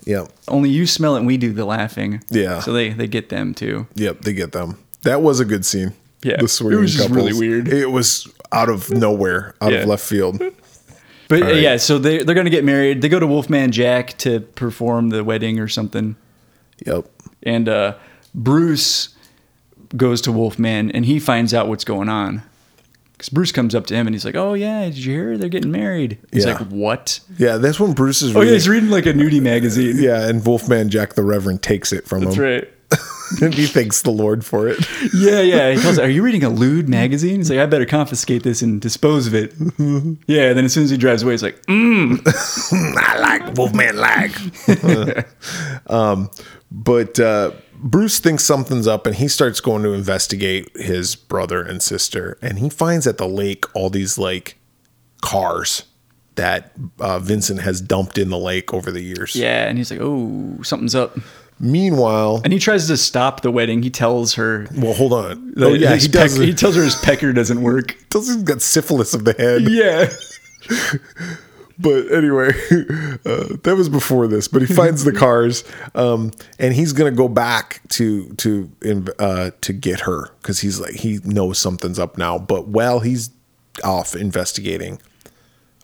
Yep.
Only you smell it, and we do the laughing.
Yeah.
So they they get them too.
Yep. They get them. That was a good scene.
Yeah.
The swinging
It was just
couples.
really weird.
It was out of nowhere, out
Yeah.
of left field.
But uh,
right.
yeah, so they they're gonna get married. They go to Wolfman Jack to perform the wedding or something.
Yep.
and uh, Bruce goes to Wolfman and he finds out what's going on. Because Bruce comes up to him and he's like, "Oh yeah, did you hear? They're getting married." He's
Yeah.
like, "What?"
Yeah, that's when Bruce is.
Oh yeah,
reading-
he's reading like a nudie magazine.
Yeah, and Wolfman Jack the Reverend takes it from
that's
him.
right.
and he thanks the Lord for it.
Yeah, yeah. He tells, her, "Are you reading a lewd magazine?" He's like, "I better confiscate this and dispose of it." yeah. And then as soon as he drives away, he's like, mm.
I like Wolfman like. um, but uh, Bruce thinks something's up, and he starts going to investigate his brother and sister, and he finds at the lake all these like cars that uh, Vincent has dumped in the lake over the years.
Yeah, and he's like, "Oh, something's up."
Meanwhile,
And he tries to stop the wedding. He tells her,
well, hold on. Oh yeah,
his
he does.
peck- he tells her his pecker doesn't work.
tells he's got syphilis of the head.
yeah.
but anyway, uh, that was before this. But he finds the cars, um, and he's gonna go back to to inv- uh, to get her because he's like he knows something's up now. But while he's off investigating,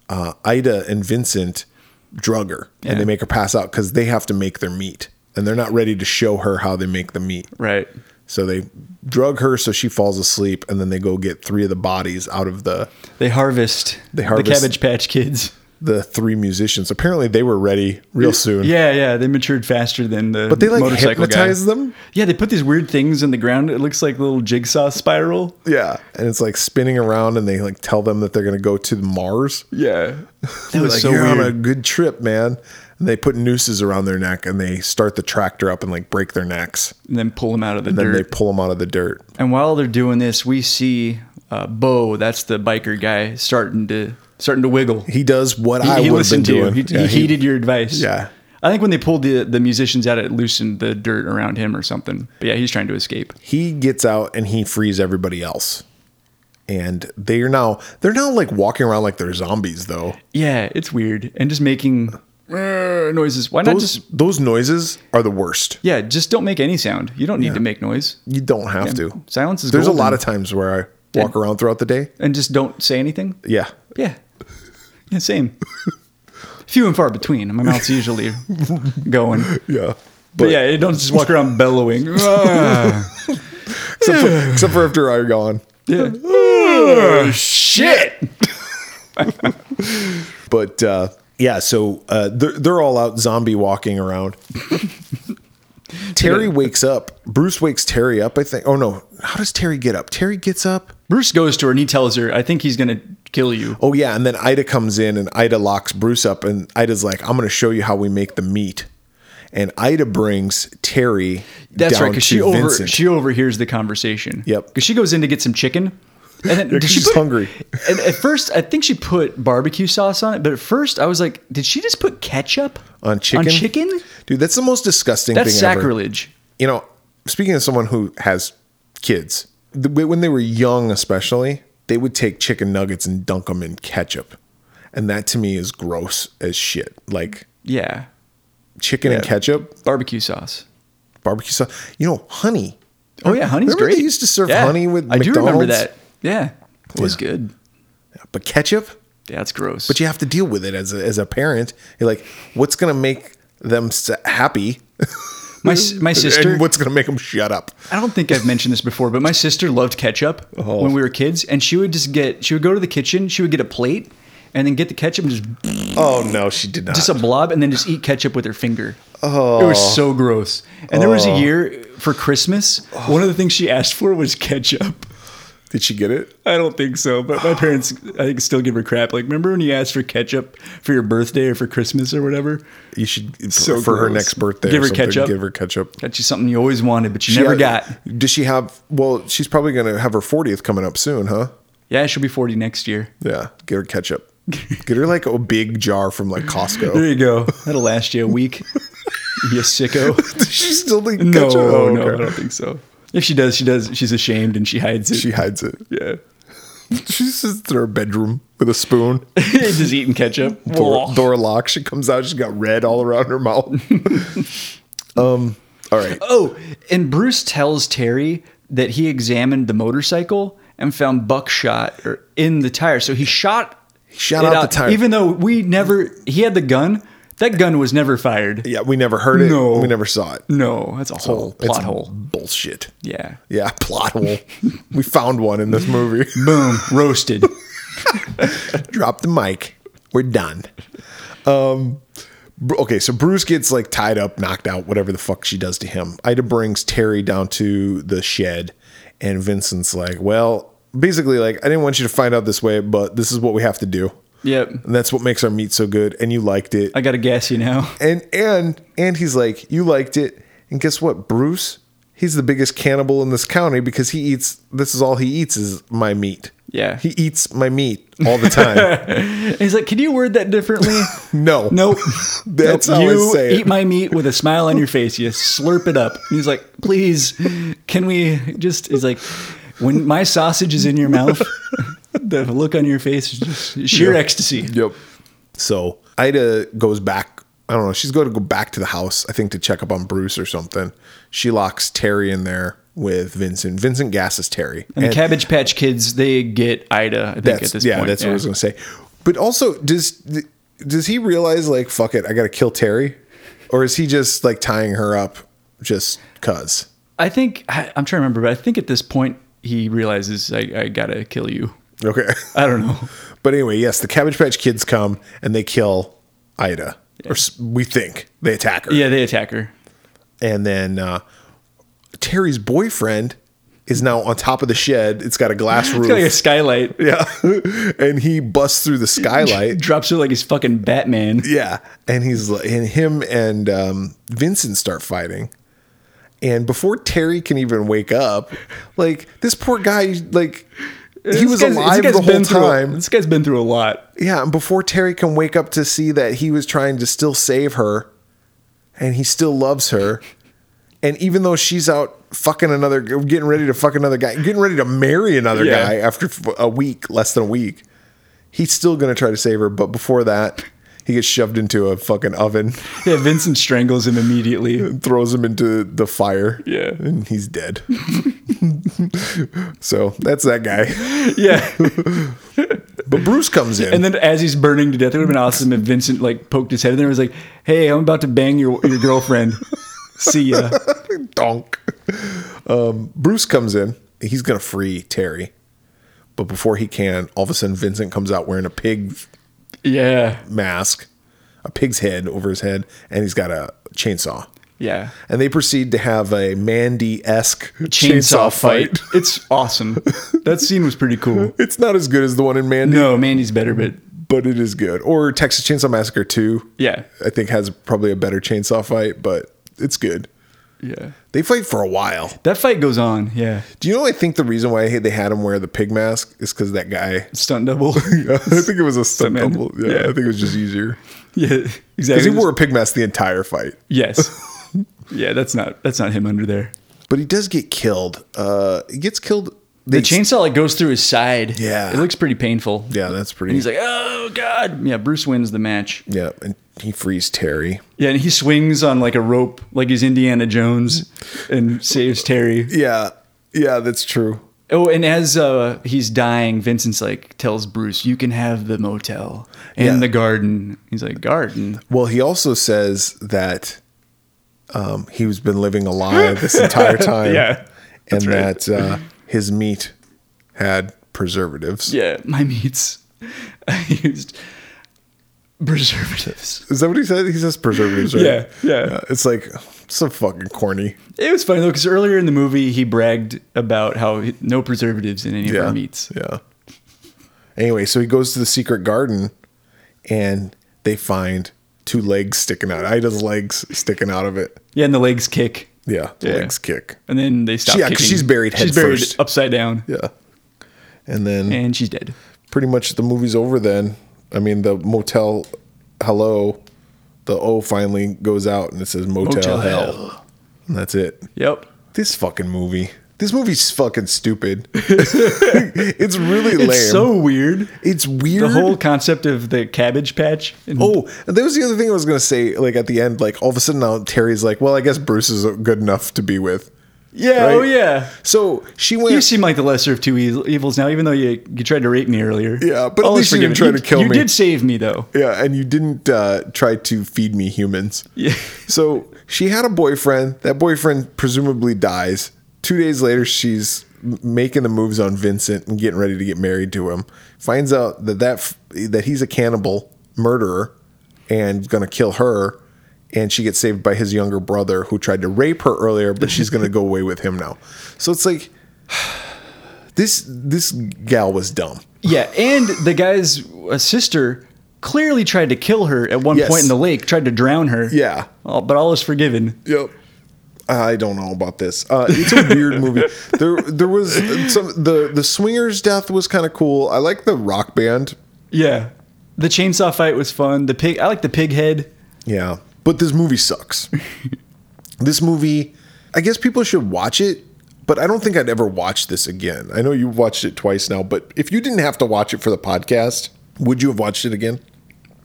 uh, Ida and Vincent drug her,
Yeah.
and they make her pass out because they have to make their meat, and they're not ready to show her how they make the meat.
Right.
So they drug her so she falls asleep, and then they go get three of the bodies out of the
They harvest,
They harvest-
the Cabbage Patch Kids.
the three musicians. Apparently, they were ready real soon.
Yeah, yeah. They matured faster than the
But they like
motorcycle guy.
hypnotize them.
Yeah, they put these weird things in the ground. It looks like a little jigsaw spiral.
Yeah. And it's like spinning around and they like tell them that they're going to go to Mars.
Yeah. That was
like,
so
You're
weird.
on a good trip, man. And they put nooses around their neck and they start the tractor up and like break their necks.
and then pull them out of the
Then
dirt.
they pull them out of the dirt.
And while they're doing this, we see uh, Bo, that's the biker guy, starting to starting to wiggle.
He does what
He,
I
he
would have been
listened to you.
doing.
He,
Yeah,
he heeded your advice.
Yeah.
I think when they pulled the the musicians out, it loosened the dirt around him or something. But yeah, he's trying to escape.
he gets out and he frees everybody else. And they are now they're now like walking around like they're zombies though.
Yeah, it's weird and just making uh, noises. Why not
Those
just
those noises are the worst.
yeah? Just don't make any sound. You don't need to make noise,
You don't have
Yeah.
to.
Silence is
There's a
golden.
lot of times where I walk
Yeah.
around throughout the day.
and just don't say anything.
Yeah.
Yeah, yeah, same. Few and far between. My mouth's usually going.
Yeah.
But, yeah, you don't just walk around bellowing. Ah.
except, for, except for after I'm gone.
Yeah.
Oh, Shit. but uh, yeah, so uh, they're, they're all out zombie walking around. Terry wakes up. Bruce wakes Terry up, I think. Oh, no. How does Terry get up? Terry gets up.
Bruce goes to her and he tells her, "I think he's gonna kill you."
Oh, yeah. And then Ida comes in and Ida locks Bruce up. And Ida's like, I'm going to show you how we make the meat. And Ida brings Terry
That's
down
right, because she
to
over
Vincent.
she overhears the conversation.
Yep.
Because she goes in to get some chicken. And then, did she
she's
put-
hungry.
And at first, I think she put barbecue sauce on it. But at first, I was like, "Did she just put ketchup
on chicken.
On chicken?
Dude, that's the most disgusting
That's
thing ever.
sacrilege."
you know, speaking of someone who has kids, the, when they were young, especially, they would take chicken nuggets and dunk them in ketchup. And that to me is gross as shit. Like
Yeah,
chicken and ketchup,
barbecue sauce.
barbecue sauce, you know, honey.
Oh yeah, honey's
Remember
great.
they used to serve
Yeah.
honey with
I do remember
McDonald's?
that. Yeah, it was good.
But ketchup,
Yeah, that's gross.
but you have to deal with it as a, as a parent. You're like, what's going to make them s- happy?
my s- my sister.
and what's going to make them shut up?
I don't think I've mentioned this before, but my sister loved ketchup when we were kids, and she would just get she would go to the kitchen, she would get a plate, and then get the ketchup and just
Oh, no, she did not.
just a blob, and then just eat ketchup with her finger. Oh, it was so gross. And there was a year for Christmas, one of the things she asked for was ketchup.
did she get it?
I don't think so, but my parents I think still give her crap. Like, remember when you asked for ketchup for your birthday or for Christmas or whatever?
You should
So
for her
gross.
next birthday.
Give
or
her
something,
ketchup.
Give her ketchup.
Got you something you always wanted, but you never
She ha-
got.
Does she have? Well, she's probably going to have her fortieth coming up soon, huh?
Yeah, she'll be forty next year.
Yeah. Get her ketchup. Get her like a big jar from like
There
Costco.
you go. That'll last you a week. you sicko.
Does she still need ketchup?
No,
Oh,
no, I
okay.
don't think so. If she does, she does. She's ashamed and she hides it.
She hides it.
yeah,
She sits in her bedroom with a spoon.
just eating ketchup.
Door, door locked. She comes out. She's got red all around her mouth. um. All right.
Oh, and Bruce tells Terry that he examined the motorcycle and found buckshot or- in the tire. So he shot.
Shot
it uh,
out the tire.
Even though we never, he had the gun. That gun was never fired.
Yeah, we never heard it.
No.
We never saw it.
No, that's a whole
It's
plot hole.
Bullshit.
Yeah.
Yeah, plot hole. we found one in this movie.
Boom. Roasted.
drop the mic. We're done. Um, br- okay, so Bruce gets like tied up, knocked out, whatever the fuck she does to him. Ida brings Terry down to the shed, and Vincent's like, "Well, basically, like I didn't want you to find out this way, but this is what we have to do,
yep.
and that's what makes our meat so good. And you liked it,
I gotta gas you now.
and and and he's like, you liked it, and guess what, Bruce? He's the biggest cannibal in this county because he eats. This is all he eats is my meat.
Yeah.
He eats my meat all the time.
And he's like, "Can you word that differently?"
no.
nope.
That's
Nope.
how I
you
say it.
eat my meat with a smile on your face. You slurp it up. And he's like, "Please, can we just?" He's like, "When my sausage is in your mouth." The look on your face is just sheer
Yeah.
ecstasy.
Yep. So Ida goes back. I don't know. She's going to go back to the house, I think, to check up on Bruce or something. She locks Terry in there with Vincent. Vincent gasses Terry.
And, the Cabbage Patch Kids, they get Ida. I think
that's,
at this
yeah,
point.
that's what I was going to say. But also, does does he realize like fuck it, I got to kill Terry, or is he just like tying her up just cause?
I think I, I'm trying to remember, but I think at this point he realizes I, I gotta kill you.
Okay.
I don't know.
But anyway, yes, the Cabbage Patch Kids come and they kill Ida, or s- we think they attack her.
Yeah, they attack her.
and then uh, Terry's boyfriend is now on top of the shed. It's got a glass
It's got like a
roof,
skylight.
yeah, and he busts through the skylight.
Drops her like he's fucking Batman.
Yeah, and he's li- and him and um, Vincent start fighting, and before Terry can even wake up, like this poor guy, like he
This
was
guy's- this
alive
guy's
the whole
been through a-
time.
this guy's been through a lot.
Yeah, and before Terry can wake up to see that he was trying to still save her and he still loves her. And even though she's out fucking another, getting ready to fuck another guy, getting ready to marry another
Yeah.
guy after f- a week, less than a week, he's still going to try to save her. But before that, he gets shoved into a fucking oven,
Yeah, Vincent strangles him immediately.
throws him into the fire.
Yeah.
And he's dead. so that's that guy.
Yeah,
But Bruce comes in.
and then as he's burning to death, it would have been awesome if Vincent like poked his head in there and was like, "Hey, I'm about to bang your your girlfriend. See ya."
donk. Um, Bruce comes in. He's gonna free Terry, but before he can, all of a sudden Vincent comes out wearing a pig
Yeah,
mask, a pig's head over his head, and he's got a chainsaw.
yeah.
And they proceed to have a Mandy esque
Chainsaw, fight. It's awesome. That scene was pretty cool.
It's not as good as the one in Mandy,
No, Mandy's better, but
but it is good. Or Texas Chainsaw Massacre Two.
yeah,
I think has probably a better chainsaw fight, but it's good.
yeah.
They fight for a while.
That fight goes on. Yeah,
Do you know? I think the reason why they had him wear the pig mask is because that guy
stunt double.
I think it was a stunt
Stuntman.
double. Yeah,
Yeah.
I think it was just easier
yeah, exactly.
because he wore a pig mask the entire fight.
Yes. yeah, that's not that's not him under there.
But he does get killed. Uh, he gets killed. They
The chainsaw like goes through his side.
Yeah.
it looks pretty painful.
Yeah, that's pretty.
and he's like, "Oh God!" Yeah, Bruce wins the match.
yeah, and he frees Terry.
Yeah, and he swings on like a rope, like he's Indiana Jones, and saves Terry.
Yeah, yeah, that's true.
Oh, and as uh, he's dying, Vincent's like tells Bruce, "You can have the motel and
Yeah.
the garden." He's like, "Garden."
Well, he also says that um, he was been living a lie this entire time.
Yeah,
and
right.
that uh, his meat had preservatives.
Yeah, my meats. I used preservatives.
Is that what he said? He says preservatives, right? Uh,
Yeah, yeah.
It's like so fucking corny.
It was funny though, because earlier in the movie he bragged about how he- no preservatives in any of our meats.
Yeah. Anyway, so he goes to the secret garden and they find two legs sticking out. Ida's legs sticking out of it.
Yeah, and the legs kick,
Yeah. The
Yeah.
legs kick.
and then they stop.
Yeah, 'cause
kicking.
she's buried head
she's buried
first.
upside down,
Yeah. And then
and she's dead.
pretty much the movie's over then. I mean, the motel hello, the O finally goes out and it says motel,
Motel
hell.
Hell.
And that's it.
Yep.
This fucking movie. This movie's fucking stupid. it's really lame.
It's so weird.
it's weird.
The whole concept of the cabbage patch. And
Oh, and that was the other thing I was gonna say. Like at the end, like all of a sudden now Terry's like, "Well, I guess Bruce is good enough to be with."
yeah.
right?
Oh yeah.
So she went.
You seem like the lesser of two e- evils now, even though you you tried to rape me earlier.
Yeah, but at
All is
least you didn't
forgiven.
try to kill
you,
me.
You did save me though.
yeah, and you didn't uh, try to feed me humans.
Yeah.
So she had a boyfriend. That boyfriend presumably dies. Two days later, she's m- making the moves on Vincent and getting ready to get married to him. Finds out that that f- that he's a cannibal murderer and gonna kill her. And she gets saved by his younger brother who tried to rape her earlier, but she's gonna go away with him now. So it's like this this gal was dumb.
Yeah, and the guy's uh, sister clearly tried to kill her at one
Yes.
point in the lake, tried to drown her.
Yeah.
All- but all is forgiven.
Yep. I don't know about this. Uh, it's a weird movie. There, there was some the the swingers death was kind of cool. I like the rock band.
Yeah. The chainsaw fight was fun. The pig I like the pig head.
Yeah, but this movie sucks. this movie, I guess people should watch it, but I don't think I'd ever watch this again. I know you watched it twice now, but if you didn't have to watch it for the podcast, would you have watched it again?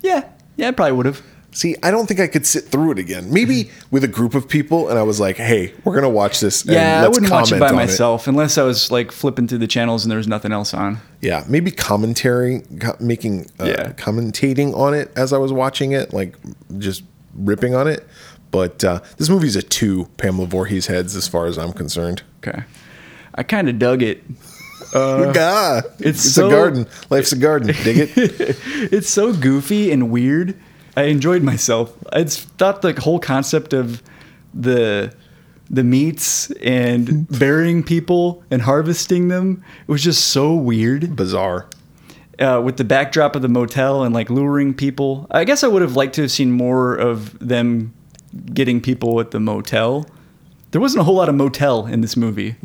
Yeah. Yeah, I probably would have.
See, I don't think I could sit through it again. Maybe with a group of people, and I was like, "Hey, we're gonna watch this." And
Yeah, I wouldn't watch it by
on
myself unless I was like flipping through the channels and there was nothing else on.
Yeah, maybe commentary, co- making, uh,
Yeah.
commentating on it as I was watching it, like just ripping on it. But uh, this movie's a two Pamela Voorhees heads, as far as I'm concerned.
Okay. I kind of dug it.
Ah,
it's
it's
so-
a garden. Life's a garden. Dig it.
It's so goofy and weird. I enjoyed myself. I just thought the whole concept of the the meats and burying people and harvesting them was just so weird.
Bizarre.
uh, with the backdrop of the motel and like luring people. I guess I would have liked to have seen more of them getting people at the motel. There wasn't a whole lot of motel in this movie.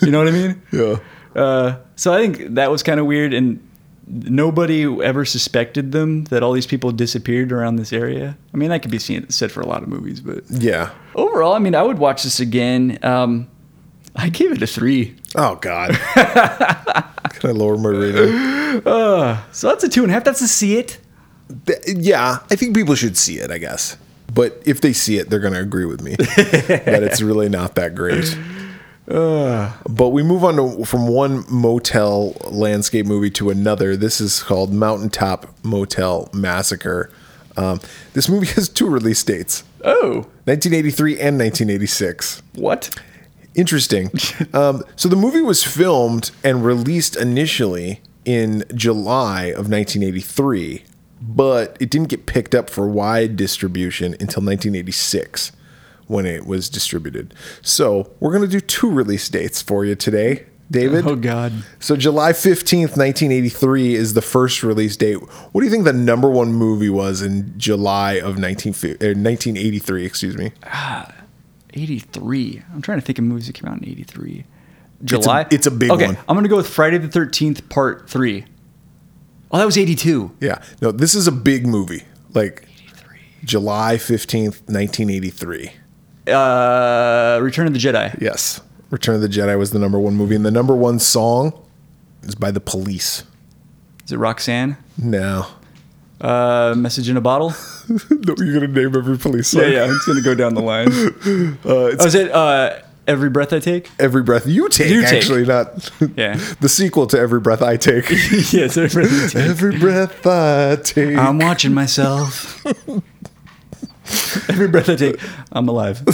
You know what I mean?
Yeah.
Uh, so I think that was kind of weird, and nobody ever suspected them that all these people disappeared around this area. I mean, that could be seen, said for a lot of movies, but
Yeah.
overall, I mean, I would watch this again. Um, I gave it a three,
Oh God. Can I lower my rating?
so that's a two and a half. That's a see it.
Th- Yeah, I think people should see it. I guess. But if they see it, they're going to agree with me that it's really not that great. But we move on to, from one motel landscape movie to another. This is called Mountaintop Motel Massacre. Um, this movie has two release dates
Oh,
1983 and 1986.
what?
Interesting. um, so the movie was filmed and released initially in July of 1983, but it didn't get picked up for wide distribution until 1986 when it was distributed. So we're going to do two release dates for you today, David.
Oh God.
So July 15th, 1983 is the first release date. What do you think the number one movie was in July of 19, uh, 1983, excuse me?
83. I'm trying to think of movies that came out in 83. July.
it's a big
okay,
one.
I'm going to go with Friday the 13th, part three. Oh, that was 82.
Yeah. No, this is a big movie. Like July 15th, 1983.
Uh, Return of the Jedi.
Yes. Return of the Jedi was the number one movie, and the number one song is by the police.
Is it Roxanne?
No.
Uh, Message in a Bottle?
No, You're going to name every police song.
It's going to go down the line.
Uh, it's
oh, is it uh, Every Breath I Take?
Every Breath You Take,
You Take.
actually, not
Yeah.
the sequel to Every Breath I Take.
yes, Every Breath I Take.
every Breath I Take.
I'm watching myself. Every breath I take, I'm alive.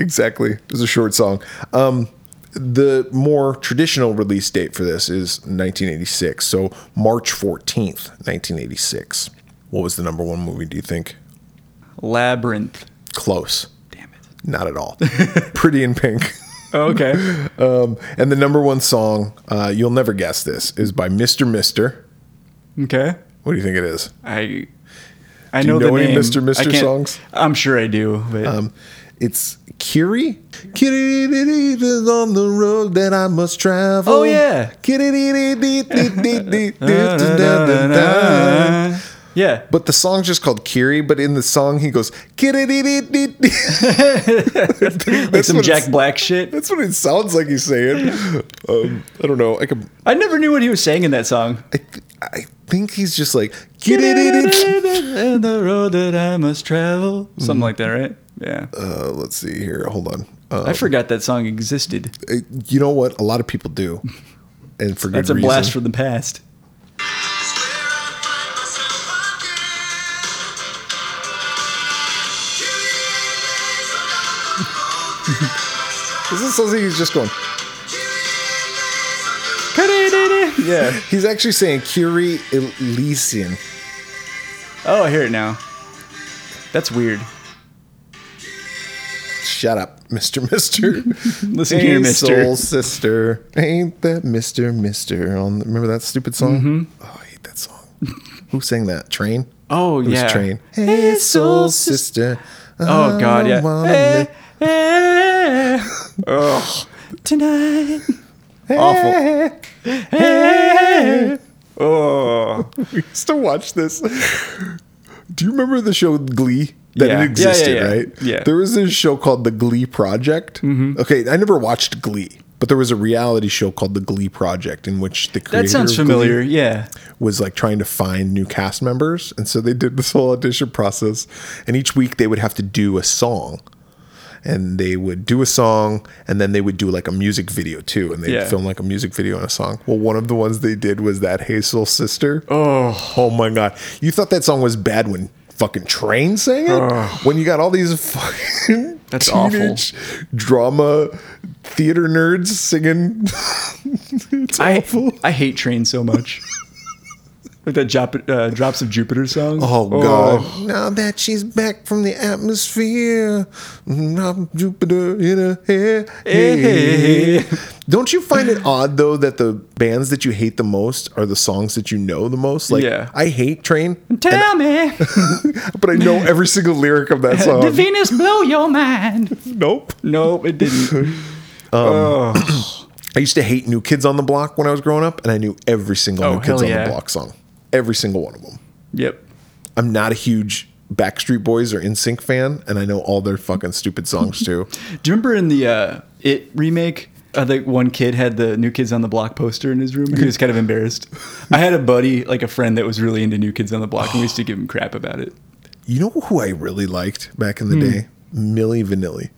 exactly. It was a short song. Um, the more traditional release date for this is 1986. So March 14th, 1986. What was the number one movie, do you think?
Labyrinth.
Close.
Damn it.
Not at all. Pretty in Pink.
Oh, Okay.
Um, and the number one song, uh, you'll never guess this, is by Mr. Mister.
Okay.
What do you think it is?
I I
Do
know,
you know
the
any
name.
Mr.
I can't-
songs?
I'm sure I do, but
Um, it's Curie. Curie is on the road that I must travel.
Oh, yeah. yeah,
But the song's just called Curie, but in the song he goes Curie.
like some
what
Jack
it's-
Black shit.
That's what it sounds like he's saying. Um, I don't know. I could.
I never knew what he was saying in that song.
I, th- I think he's just like
And the road that I must travel, something like that, right? Yeah,
Uh, let's see here. Hold on. Uh,
I forgot that song existed.
you know what? A lot of people do, and for good
That's a
reason.
blast from the past.
This is something he's just going.
Yeah.
He's actually saying Curie Elysian.
Oh, I hear it now. That's weird.
Shut up, Mister Mister.
Listen here, Mister.
soul sister. Ain't that Mister Mister on? The, remember that stupid song?
Mm-hmm.
Oh, I hate that song. Who sang that? Train.
Oh
it was
yeah.
Train. Hey, soul sister.
Oh god, yeah.
I wanna
Hey,
make-
hey, Hey, Ugh. tonight. Awful. Oh,
We used to watch this. Do you remember the show Glee?
Yeah.
That
Yeah, yeah,
it existed,
yeah.
right?
Yeah. Mm-hmm.
There was this show called The Glee Project. Okay, I never watched Glee, but there was a reality show called The Glee Project in which the creator
that sounds
of Glee
familiar. Yeah.
was like trying to find new cast members, and so they did this whole audition process. And each week they would have to do a song, and they would do a song, and then they would do like a music video too, and they would
Yeah.
film like a music video and a song. Well, one of the ones they did was that Hazel sister. Oh, oh my god! You thought that song was bad when fucking Train sang it. When you got all these fucking
That's awful.
drama theater nerds singing. it's
I,
awful.
I hate trains so much. like that Jop- uh, Drops of Jupiter song.
Oh God! Now that she's back from the atmosphere, I'm Jupiter in her hair.
Eh. Hey.
Don't you find it odd though that the bands that you hate the most are the songs that you know the most? Like,
Yeah.
I hate Train,
Tell me,
but I know every single lyric of that
did
song.
Venus blow your mind?
Um, nope. Um,
Nope, it didn't.
I used to hate New Kids on the Block when I was growing up, and I knew every single
Oh,
New Kids
hell
on
yeah.
the Block song, every single one of them.
Yep.
I'm not a huge Backstreet Boys or NSYNC fan, and I know all their fucking stupid songs too.
Do you remember in the uh, It remake? I think one kid had the New Kids on the Block poster in his room. and He was kind of embarrassed. I had a buddy, like a friend, that was really into New Kids on the Block, and we used to give him crap about it.
You know who I really liked back in the
Hmm.
day? Millie Vanilli.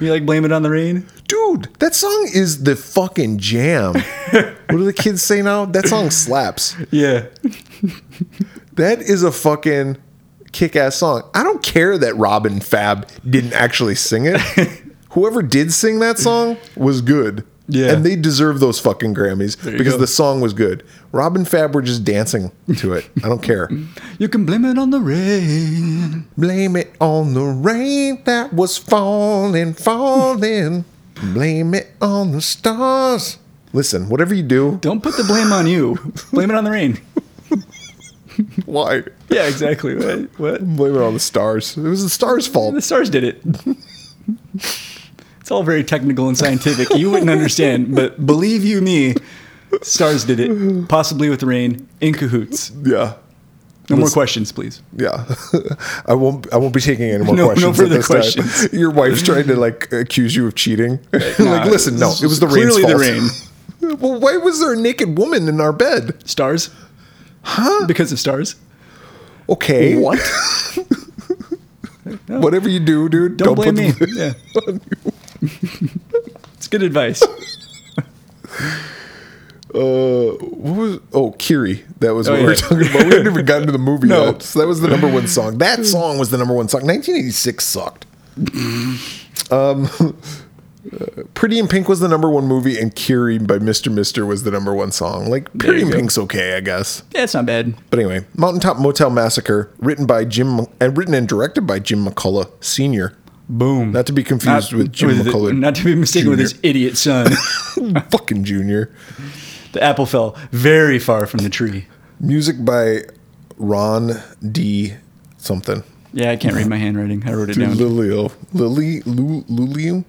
You like blame it on the rain?
Dude, that song is the fucking jam. what do the kids say now? That song slaps.
Yeah.
That is a fucking kick ass song. I don't care that Robin Fab didn't actually sing it. Whoever did sing that song was good.
Yeah.
And they deserve those fucking Grammys
you
because
go.
the song was good. Rob and Fab were just dancing to it. I don't care.
You can blame it on the rain.
Blame it on the rain that was falling, falling. Blame it on the stars. Listen, whatever you do,
Don't put the blame on you. Blame it on the rain.
why?
Yeah, exactly. What? What?
Blame it on the stars. It was the stars'
The
fault.
stars did it. It's all very technical and scientific. You wouldn't understand, but believe you me, stars did it. Possibly with rain in cahoots.
Yeah.
No more
Listen-
questions, please.
Yeah. I won't I won't be taking any more
No- no
questions.
further
at this
questions.
Time. Your wife's trying to like accuse you of cheating. like,
Nah,
listen, no,
this
it was
is
the rain's
clearly
fault.
the rain.
well, why was there a naked woman in our bed?
Stars? Huh? Because of stars?
Okay.
What?
Whatever you do, dude,
Don't, blame me.
put the-
yeah. it's good advice.
Uh, what was? Oh, Kiri. That was
Oh,
what we were
yeah.
talking about. We hadn't even gotten to the movie
No.
yet. So that was the number one song. That song was the number one song. 1986 sucked. um, Pretty in Pink was the number one movie, and Kiri by Mr. Mister was the number one song. Like Pretty
you
in
go.
Pink's okay, I guess.
Yeah, it's not bad.
But anyway, Mountaintop Motel Massacre, written by Jim and written and directed by Jim McCullough Senior.
Boom.
Not to be confused with Jim
the-
McCullough.
Not to be mistaken with his
Jr..
idiot son.
fucking Junior.
the apple fell very far from the tree.
Music by Ron D. Something.
Yeah, I can't read my handwriting. I wrote it
Dude,
down.
Lilio. Lily, Lu, Lulio?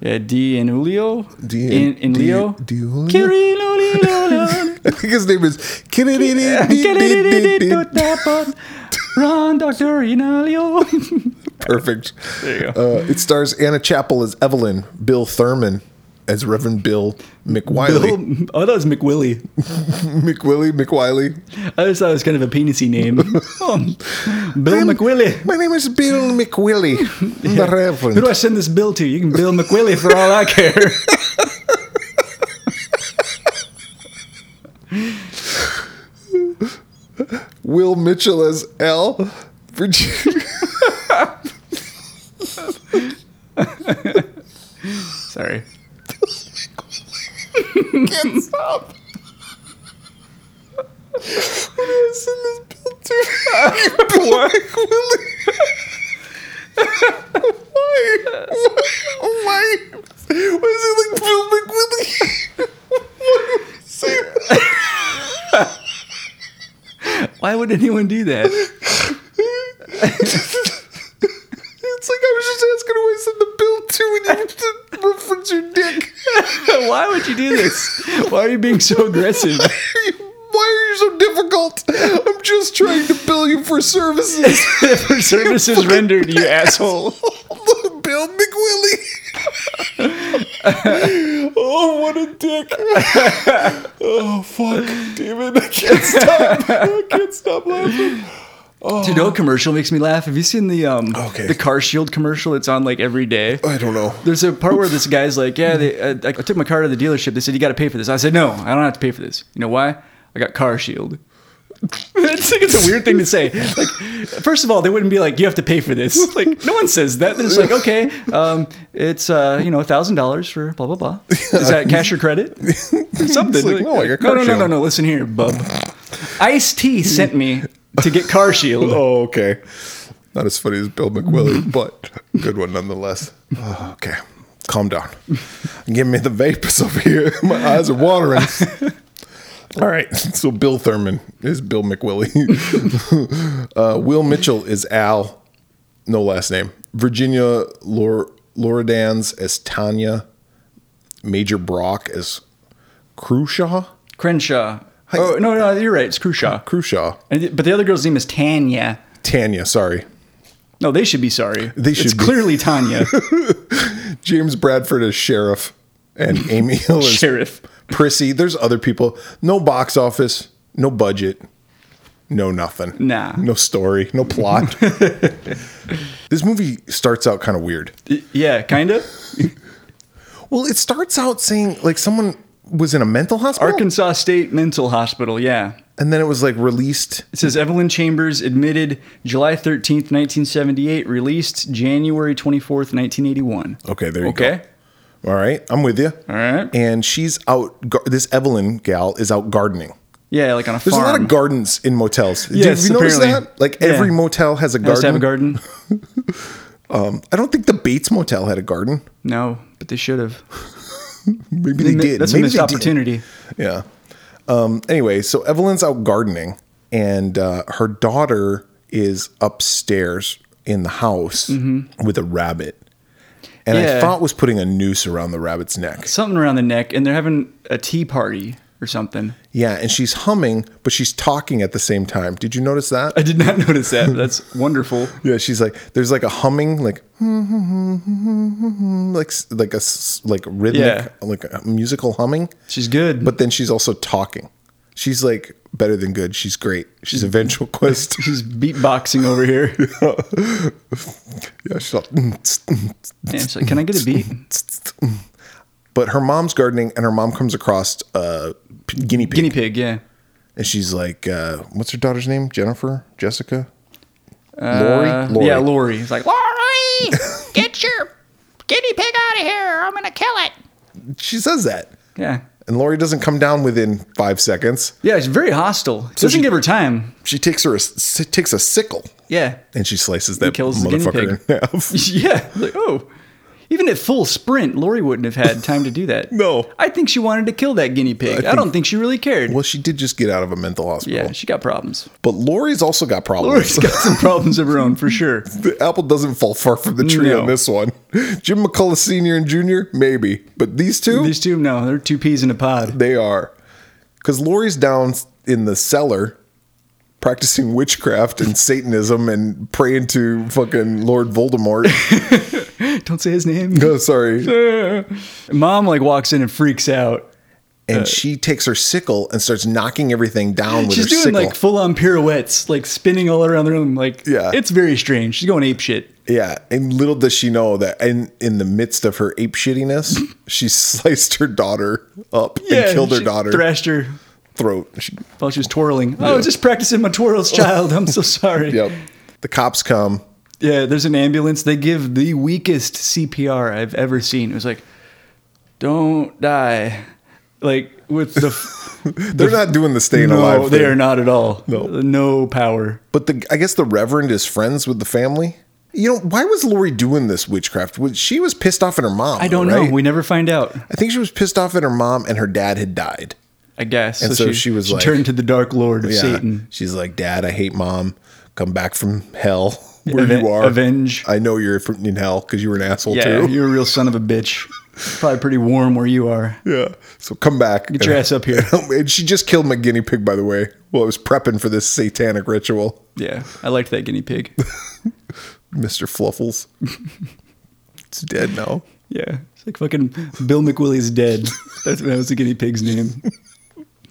Yeah, D and Julio.
D
in,
and-
in
D-
Leo.
D- Julio?
Kirilo, Lilo, Lon.
I think his name is.
Kirilo, Ron Doctor Inalio.
Perfect.
There you go.
Uh, it stars Anna Chapel as Evelyn, Bill Thurman as Reverend Bill McWiley.
Bill, oh, that was McWilly.
McWilly, McWiley.
I just thought it was kind of a penisy name. Um, Bill
I'm-
McWilly.
My name is Bill McWilly, the Reverend.
Who do I send this bill to? You can Bill McWilly for all I care.
Will Mitchell as L. Virginia.
Sorry.
Can't stop. Who do I send this bill to? Bill McWilly. Why? Why? Why is it like Bill McWilly? Why would you say that?
Why would anyone do that?
It's like I was just
would you do this? Why are you being so aggressive?
Why are you so difficult? I'm just trying to bill you for services.
For services rendered, you asshole.
Bill McWillie. oh, what a dick. oh, fuck. Damn it. I can't stop. I can't stop laughing.
Dude, no commercial makes me laugh. Have you seen the um
Okay.
the car shield commercial? It's on like every day.
I don't know.
There's a part where this guy's like, "Yeah, they, I, I took my car to the dealership. They said you got to pay for this." I said, "No, I don't have to pay for this. You know why? I got Car Shield." it's like it's a weird thing to say. Like, first of all, they wouldn't be like, "You have to pay for this." Like, no one says that. They're just like, "Okay, um, it's uh, you know, thousand dollars for blah blah blah. Is that cash or credit? Or something?"
It's like, "No, I got
no, no,
Car
no, no,
Shield."
no. Listen here, bub. Ice T sent me to get Car Shield.
Oh, okay. Not as funny as Bill McWillie, but good one nonetheless. Oh, okay. Calm down. Give me the vapors over here. My eyes are watering. All right. So Bill Thurman is Bill McWillie. uh, Will Mitchell is Al, no last name. Virginia Lor- Loredans as Tanya. Major Brock as Crushaw.
Crenshaw. Oh no, no, you're right. It's Crenshaw.
Crushaw.
And, but the other girl's name is Tanya.
Tanya, sorry.
No, they should be sorry.
They
It's
should be.
clearly Tanya,
James Bradford as sheriff, and Amy Hill as
sheriff.
Prissy. There's other people. No box office. No budget. No nothing.
Nah.
No story. No plot. this movie starts out kind of weird.
Y- Yeah, kind of.
Well, it starts out saying like someone was in a mental hospital,
Arkansas State Mental Hospital. Yeah.
and then it was like released.
It says Evelyn Chambers admitted July 13th, 1978, released January 24th, 1981.
Okay, there you go.
Okay.
All right, I'm with you. All
right.
And she's out. gar- This Evelyn gal is out gardening.
Yeah, like on a
There's
farm.
a lot of gardens in motels. Did
Yes,
you notice
apparently.
that? Like
Yeah.
every motel has a
Has
garden.
to have a garden?
I don't think the Bates Motel had a garden.
No, but they should have.
Maybe they did.
That's
Maybe
a missed
they
opportunity.
did. Yeah. Um, anyway, so Evelyn's out gardening, and uh, her daughter is upstairs in the house with a rabbit. And I
Mm-hmm. Yeah.
thought was putting a noose around the rabbit's neck.
Something around the neck, and they're having a tea party or something.
Yeah, and she's humming, but she's talking at the same time. Did you notice that?
I did not notice that. but That's wonderful.
Yeah, she's like there's like a humming, like like s- like a s- like rhythmic,
Yeah.
like a musical humming.
She's good.
But then she's also talking. She's like better than good. She's great. She's a ventral quest.
she's beatboxing over here.
yeah, she's all-
And she's like, can I get a beat?
but her mom's gardening, and her mom comes across a p- guinea pig,
Guinea pig, yeah.
and she's like, uh, "What's her daughter's name? Jennifer? Jessica? Lori?
Uh,
Lori?
Yeah, Lori. He's like,
Lori, get your guinea pig out of here. I'm going to kill it.
She says that,
yeah.
and Lori doesn't come down within five seconds.
Yeah, it's very hostile. Doesn't
she-
give her time.
She takes her a s takes a sickle,
Yeah.
and she slices that
kills the guinea
motherfucker in half.
Yeah. Like, oh. Even at full sprint, Lori wouldn't have had time to do that.
No.
I think she wanted to kill that guinea pig. I,
think-
don't think she really cared.
Well, she did just get out of a mental hospital,
yeah, she got problems.
but Lori's also got problems.
Lori's got some problems of her own for sure.
The apple doesn't fall far from the tree
No.
on this one. Jim McCullough Sr. and Jr., maybe. But these two,
These two, no, they're two peas in a pod.
they are. Because Lori's down in the cellar practicing witchcraft and Satanism and praying to fucking Lord Voldemort.
Don't say his name.
oh, sorry.
Mom like walks in and freaks out.
And she takes her sickle and starts knocking everything down with
She's
her
doing
sickle.
like full on pirouettes, like spinning all around the room. Like,
Yeah.
it's very strange. She's going ape shit.
yeah. And little does she know that in, in the midst of her ape shittiness, she sliced her daughter up and killed her
she
daughter
Thrashed her
throat. She
while she was twirling. Oh, just practicing my twirls, child. I'm so sorry.
Yep. The cops come.
Yeah, there's an ambulance. They give the weakest CPR I've ever seen. It was like, don't die. Like, with the.
They're not doing the staying alive.
no, they
thing.
are not at all.
No.
No power.
But the I guess the Reverend is friends with the family. You know, why was Lori doing this witchcraft? Was- She was pissed off at her mom.
I don't
right?
know. We never find out,
I think she was pissed off at her mom and her dad had died.
I guess.
And so she was like-
turned to the Dark Lord of
Yeah.
Satan.
She's like, Dad, I hate mom. Come back from hell. where
Aven-
you are.
Avenge.
I know you're from in hell because you were an asshole
yeah,
too.
you're a real son of a bitch. Probably pretty warm where you are.
Yeah. So come back.
Get your ass up here.
and she just killed my guinea pig, by the way, while I was prepping for this satanic ritual.
Yeah, I liked that guinea pig.
Mr. Fluffles. it's dead now.
Yeah, it's like fucking Bill McWillies dead. That's, that was the guinea pig's name.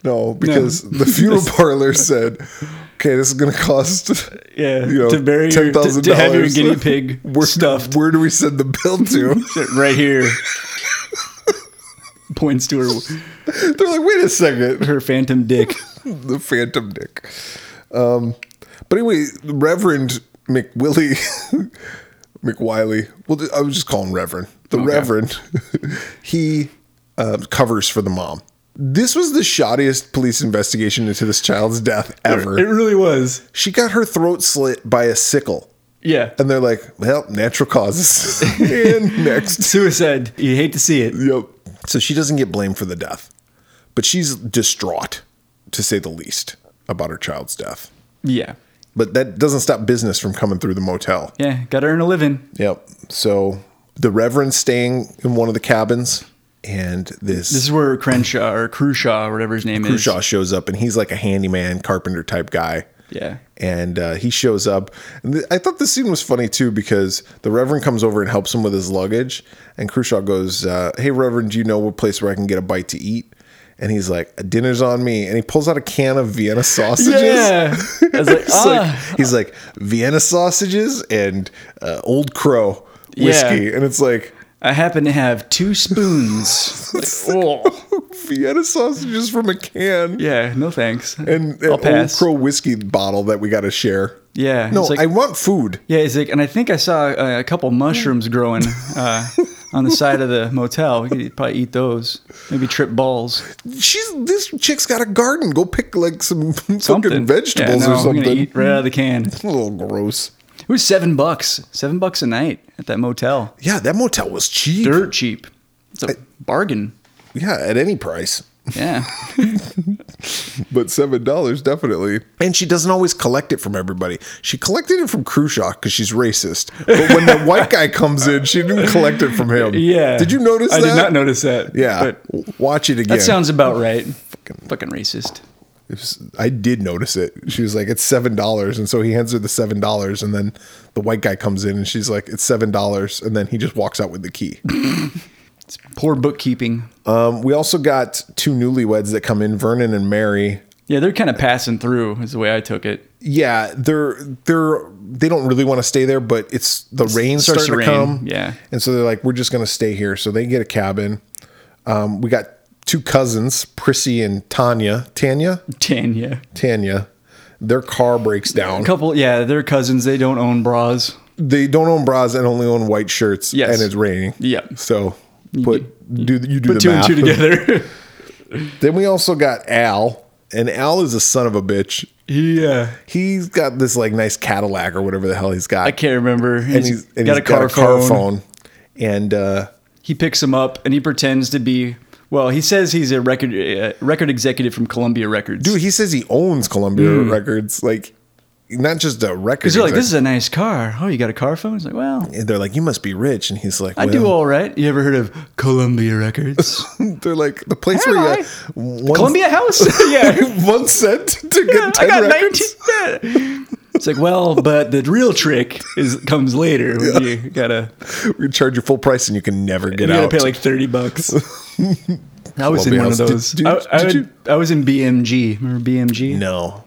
No, because the funeral parlor said, okay, this is going to cost
Yeah,
you know,
to bury your, to,
$10,000.
to have your guinea pig
where,
stuffed
Where do we send the bill to?
right here. Points to her
They're like, wait a second.
her phantom dick.
the Phantom Dick. Um, but anyway, Reverend McWillie, McWiley. Well, I was just calling Reverend. The Reverend. he uh, covers for the mom. This was the shoddiest police investigation into this child's death ever.
It really was.
she got her throat slit by a sickle,
Yeah,
and they're like, "Well, natural causes." and next,
suicide. You hate to see it.
Yep. So she doesn't get blamed for the death, but she's distraught, to say the least, about her child's death.
Yeah,
But that doesn't stop business from coming through the motel.
yeah. Got to earn a living.
Yep. So the Reverend's staying in one of the cabins, and this,
This is where Crenshaw or Crushaw or whatever his name
Crushaw
is.
shows up, and he's like a handyman, carpenter type guy.
Yeah.
And uh, he shows up. And th- I thought this scene was funny too because the Reverend comes over and helps him with his luggage. And Crushaw goes, uh, Hey, Reverend, do you know what place where I can get a bite to eat? And he's like, Dinner's on me. And he pulls out a can of Vienna sausages.
Yeah. I was like,
It's like-
"Ah."
he's like Vienna sausages and uh, Old Crow whiskey,
Yeah.
and it's like
I happen to have two spoons. Like, oh.
Vienna sausages from a can
Yeah, no thanks.
and an
I'll
Old
pass.
Crow whiskey bottle that we got to share.
Yeah,
no,
it's like-
I want food.
Yeah, it's like, and I think I saw uh, a couple mushrooms growing uh, on the side of the motel. We could probably eat those. Maybe trip balls.
She's this chick's got a garden. Go pick like some fucking
Something.
vegetables
Yeah, no,
or
I'm gonna
something.
eat right out of the can. It
a little gross.
was seven bucks. Seven bucks a night at that motel.
Yeah, that motel was cheap.
Dirt cheap. It's a bargain.
Yeah, at any price.
Yeah.
but seven dollars definitely. And she doesn't always collect it from everybody. She collected it from Khrushchev because she's racist. But when the white guy comes in, she didn't collect it from him.
Yeah.
Did you notice
I
that?
did not notice that.
Yeah.
But
Watch it again.
that sounds about right. Fucking, racist.
It was- I did notice it. She was like, "It's seven dollars," and so he hands her the seven dollars, and then the white guy comes in, and she's like, "It's seven dollars," and then he just walks out with the key.
It's poor bookkeeping.
um, we also got two newlyweds that come in, Vernon and Mary.
Yeah, they're kind of passing through, is the way I took it.
yeah, they're they're they don't really want to stay there, but it's the rain's
starts
starting to,
to rain,
come.
yeah.
and so they're like, we're just gonna stay here. So they get a cabin. Um, we got two cousins, Prissy and Tanya. Tanya,
Tanya.
Tanya. Their car breaks down.
Couple, yeah, they're cousins. They don't own bras.
They don't own bras and only own white shirts.
Yes.
and it's raining.
Yep.
So put do you do the
Put two and
math.
two together.
Then we also got Al, and Al is a son of a bitch.
yeah.
He's got this like nice Cadillac or whatever the hell he's got.
I can't remember. He's,
and he's, and
got,
he's
a, car phone.
and uh,
He picks him up and he pretends to be. Well, he says he's a record uh, record executive from Columbia Records.
dude, he says he owns Columbia Records, like not just a record.
Hmm. because they're like, "This is
exec-
a nice car." Oh, you got a car phone? He's like, "Well,
and they're like, you must be rich, and he's like,
I do
well-
all right." You ever heard of Columbia Records?
They're like the place where you got one,
Columbia House? yeah,
one cent to get
I
ten
got
records.
nineteen. It's like, well, but the real trick is comes later. When You gotta
We charge you full price, and you can never get
you
out.
gotta pay like thirty bucks. I was in
Columbia
one of
House. Did-
those.
did-
I, I,
did
would-
you-
I was in BMG. Remember BMG?
no,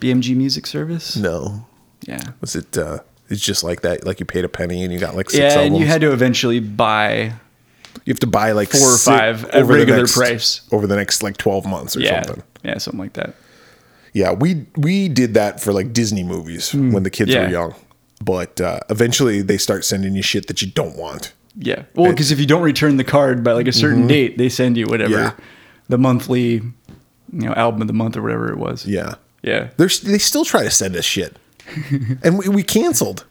BMG Music Service.
no.
Yeah.
Was it? uh It's just like that. Like you paid a penny, and you got like six
Yeah,
albums.
and you had to eventually buy.
You have to buy like
four or
six
five at
over the
regular
next-
price.
over the next like twelve months or
Yeah,
something.
yeah, something like that.
Yeah, we we did that for like Disney movies when the kids
Hmm. Yeah.
were young. But uh, eventually they start sending you shit that you don't want.
Yeah. Well, because if you don't return the card by like a certain date, they send you whatever
Mm-hmm. Yeah.
the monthly, you know, album of the month or whatever it was.
Yeah.
Yeah.
They're, s- they still try to send us shit. and we, we canceled.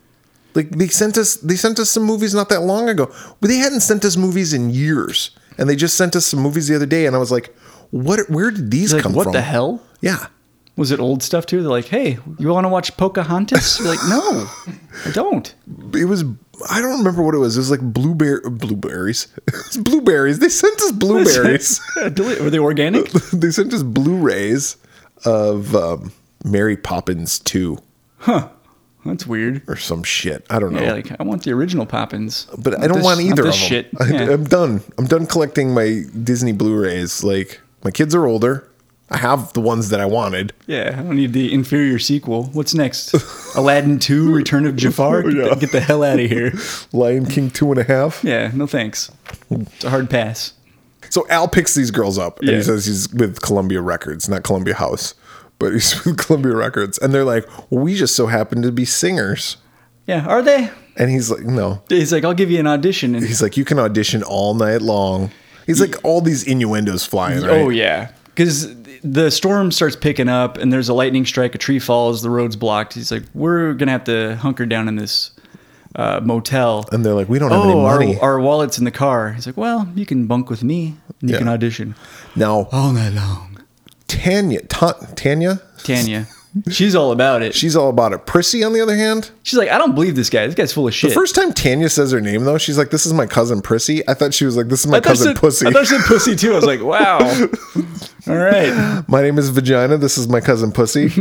Like they sent us they sent us some movies not that long ago. But they hadn't sent us movies in years. And they just sent us some movies the other day and I was like, "What where did these
Like,
come
what
from?"
the hell?
Yeah.
Was it old stuff too? They're like, hey, you want to watch Pocahontas? You're like, no. I don't.
It was I don't remember what it was. It was like blueberry blueberries. It's blueberries. They sent us blueberries.
Deli- Were they organic?
they sent us Blu-rays of um, Mary Poppins 2
That's weird.
or some shit. I don't know.
Yeah, like I want the original Poppins,
but
Not
I don't
this-
want
not
either of them.
this shit.
I,
Yeah.
I'm done. I'm done collecting my Disney Blu-rays. Like my kids are older. I have the ones that I wanted.
Yeah, I don't need the inferior sequel. What's next? Aladdin 2, Return of Jafar? Get,
Oh, Yeah.
the, get the hell out of here.
Lion King two and a half.
Yeah, no thanks. It's a hard pass.
So Al picks these girls up and he
Yeah.
says he's with Columbia Records, not Columbia House, but he's with Columbia Records. And they're like, we just so happen to be singers.
Yeah, are they?
And he's like, no.
He's like, I'll give you an audition. And,
He's like, you can audition all night long. He's like, all these innuendos flying. Right?
Oh, yeah. Because the storm starts picking up and there's a lightning strike, a tree falls, the road's blocked. He's like, we're going to have to hunker down in this uh, motel.
And they're like, we don't have any
Oh,
money.
our, our wallet's in the car. He's like, well, you can bunk with me. and You
Yeah.
can audition.
now,
All night long.
Tanya, Ta- Tanya,
Tanya. She's all about it.
she's all about it. Prissy, on the other hand,
She's like, I don't believe this guy. This guy's full of shit.
the first time Tanya says her name, though, she's like, this is my cousin Prissy. I thought she was like, this is my
I thought she
cousin
said-
Pussy.
I thought she said pussy too. I was like, wow. All right.
my name is Vagina. This is my cousin Pussy.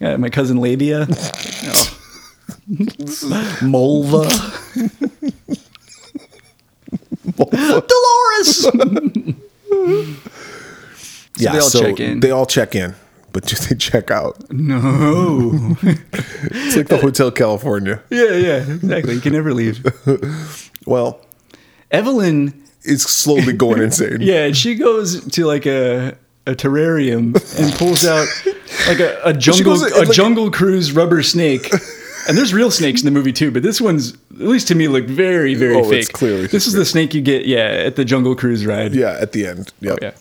Yeah, my cousin Labia. Oh. Mulva. Dolores.
yeah,
they all check in.
They all check in, but do they check out?
No.
It's like the Hotel California.
Yeah, yeah, exactly. You can never leave.
Well,
Evelyn.
it's slowly going insane.
Yeah, she goes to like a a terrarium and pulls out like a, a jungle
goes-
a
like-
jungle cruise rubber snake. And there's real snakes in the movie too, but this one's at least to me looked very very
Oh,
fake.
it's clearly
this is the snake you get yeah at the jungle cruise ride.
Yeah, at the end. Yep.
Oh, yeah.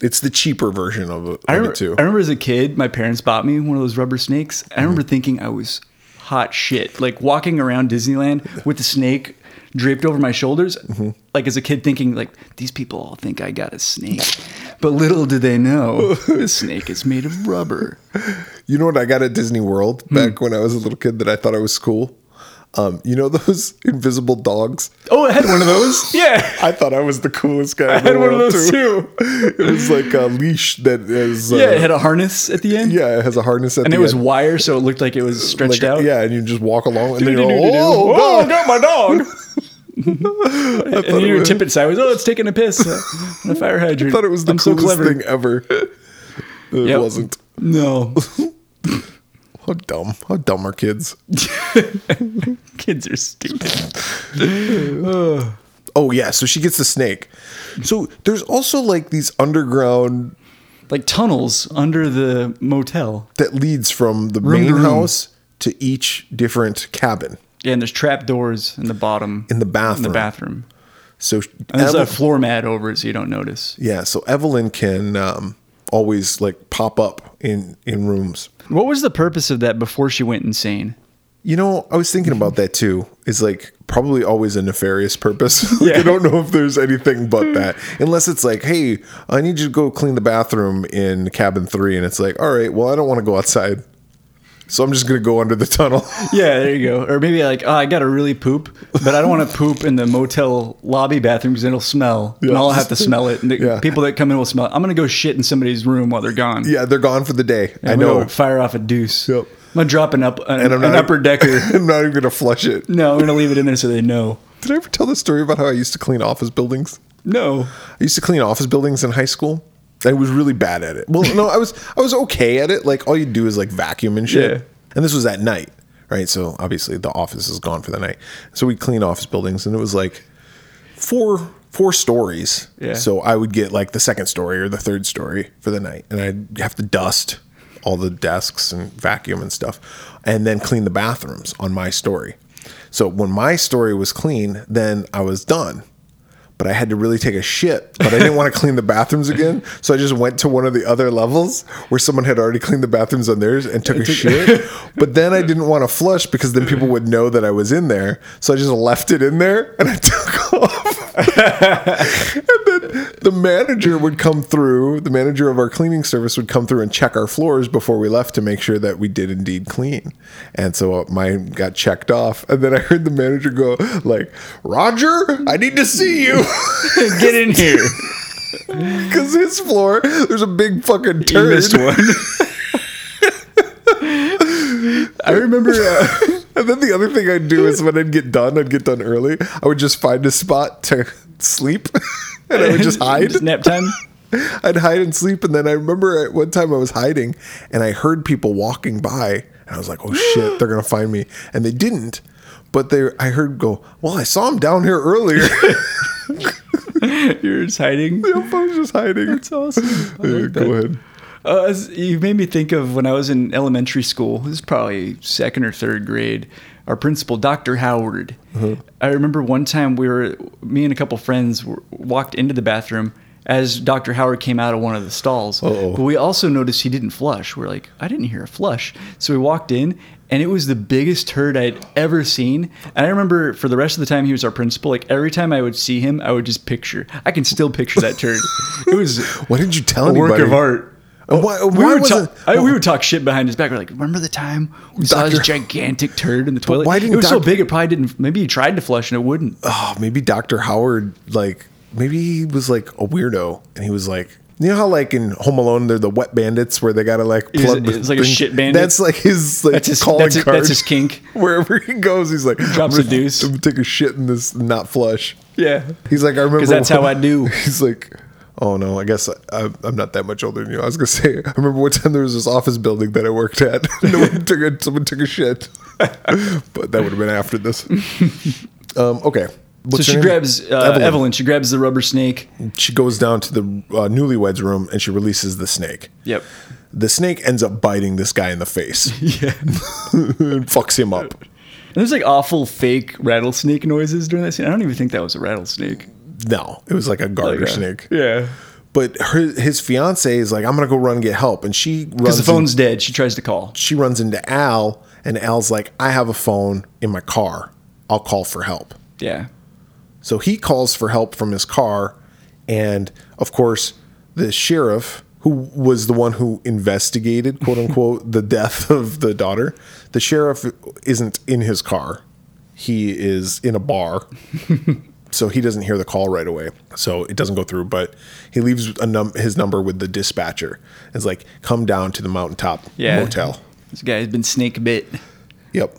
It's the cheaper version of, it-
I,
of
rem-
it too.
I remember as a kid, my parents bought me one of those rubber snakes. I remember thinking I was hot shit, like walking around Disneyland with the snake draped over my shoulders. Like as a kid, thinking like these people all think I got a snake, but little do they know the snake is made of rubber.
You know what I got at Disney World
Hmm.
back when I was a little kid that I thought I was cool? Um, you know those invisible dogs?
Oh, I had one of those. Yeah,
I thought I was the coolest guy.
I
in the
had one of
world,
those
too.
too.
it was like a leash that is. Uh,
Yeah, it had a harness at the end.
yeah, it has a harness at
and
the
it was
end.
wire, so it looked like it was stretched
Like,
out.
Yeah, and you just walk along and then you're
Doo-doo-doo-doo-doo.
oh,
Whoa,
God.
got my dog. and then
it
you
was-
tip it sideways. Oh, it's taking a piss. Uh, on a fire hydrant.
I thought it was the
I'm so
coolest
clever.
thing ever. It
Yep.
wasn't.
No,
How dumb. How dumb are kids?
kids are stupid.
Oh, yeah. So she gets the snake. So there's also like these underground
Like tunnels under the motel.
that leads from the
to
main
room.
house to each different cabin.
Yeah, and there's trap doors in the bottom.
In the
In the
bathroom.
bathroom.
So
And there's
Eve-
a floor mat over it, so you don't notice.
yeah, so Evelyn can um, always like pop up in in rooms.
What was the purpose of that before she went insane?
You know, I was thinking about that too. It's like probably always a nefarious purpose. like, I
Yeah.
don't know if there's anything but that, unless it's like, hey, I need you to go clean the bathroom in cabin three, and it's like, all right, well, I don't want to go outside, so I'm just gonna go under the tunnel.
Yeah, there you go. Or maybe like, oh, I gotta really poop, but I don't want to poop in the motel lobby bathroom because it'll smell, and I'll have to smell it. And the
Yeah.
people that come in will smell. It. I'm gonna go shit in somebody's room while they're gone.
yeah, they're gone for the day. I
I'm
know,
Gonna fire off a deuce.
Yep.
I'm gonna drop an up an,
and I'm not e-
an upper decker.
I'm not even gonna flush it.
no, I'm gonna leave it in there so they know.
Did I ever tell the story about how I used to clean office buildings?
No.
I used to clean office buildings in high school. I was really bad at it. Well, no, I was I was okay at it. Like all you do is like vacuum and shit.
Yeah.
And this was at night, right? So obviously the office is gone for the night. So we clean office buildings, and it was like four four stories.
Yeah.
So I would get like the second story or the third story for the night, and I'd have to dust all the desks and vacuum and stuff, and then clean the bathrooms on my story. So when my story was clean, then I was done. But I had to really take a shit, but I didn't want to clean the bathrooms again. So I just went to one of the other levels where someone had already cleaned the bathrooms on theirs and took a shit. But then I didn't want to flush because then people would know that I was in there. So I just left it in there and I took off. the manager would come through, the manager of our cleaning service would come through and check our floors before we left to make sure that we did indeed clean. And so uh, mine got checked off. And then I heard the manager go, like, Roger, I need to see you.
Get in here.
Because his floor, there's a big fucking
You
turd.
missed one.
I remember. Uh, and then the other thing I'd do is when I'd get done, I'd get done early. I would just find a spot to sleep, and I would just hide.
Just nap time.
I'd hide and sleep, and then I remember at one time I was hiding, and I heard people walking by, and I was like, "Oh shit, they're gonna find me!" And they didn't, but they I heard go, "Well, I saw him down here earlier."
You're just hiding.
I was just hiding. That's
awesome. I
Yeah,
like
go
that.
ahead.
Uh, it's- you made me think of when I was in elementary school. This is probably second or third grade. Our principal, Dr. Howard. I remember one time we were, me and a couple friends were, walked into the bathroom as Dr. Howard came out of one of the stalls.
Uh-oh.
But we also noticed he didn't flush. We're like, I didn't hear a flush. So we walked in, and it was the biggest turd I'd ever seen. And I remember for the rest of the time he was our principal, like every time I would see him, I would just picture. I can still picture that turd. it was
Why didn't you tell
a
anybody?
work of art.
And Why,
We
why
would,
was
talk,
it? Oh.
I, we would talk shit behind his back. We're like, remember the time we saw this
Dr.
gigantic turd in the toilet?
why didn't
it was so
Dr.
big it probably didn't. Maybe he tried to flush and it wouldn't.
oh, maybe Dr. Howard, like, maybe he was like a weirdo and he was like, you know how like in Home Alone they're the wet bandits where they gotta like
He's-
plug the
it's like a
thing?
shit bandit.
That's like his like
That's his-
calling
that's his-
card.
that's his kink.
Wherever he goes, he's like
Drops
I'm
a
gonna-
deuce.
I'm gonna take a shit in this and not flush.
Yeah,
He's like I remember
'Cause that's
when-
how I do.
He's like. Oh no! I guess I, I, I'm not that much older than you. I was gonna say. I remember one time there was this office building that I worked at. no one took a, someone took a shit, but that would have been after this. Um, okay.
so
What's her
she
name?
grabs uh, Evelyn. She grabs the rubber snake.
She goes down to the uh, newlyweds room and she releases the snake.
Yep.
The snake ends up biting this guy in the face
Yeah. and
and fucks him up.
there's like awful fake rattlesnake noises during that scene. I don't even think that was a rattlesnake.
No, it was like a garter
Like, uh,
snake.
Yeah.
But her, his fiance is like, I'm gonna go run and get help, and she runs.
Because the
in-
phone's dead. She tries to call.
she runs into Al, and Al's like, I have a phone in my car. I'll call for help.
Yeah.
So he calls for help from his car. And of course, the sheriff, who was the one who investigated, quote unquote, the death of the daughter, the sheriff isn't in his car. He is in a bar. so he doesn't hear the call right away. So it doesn't go through, but he leaves a num- his number with the dispatcher. It's like, come down to the mountaintop
Yeah.
motel.
This guy's been snake bit.
Yep.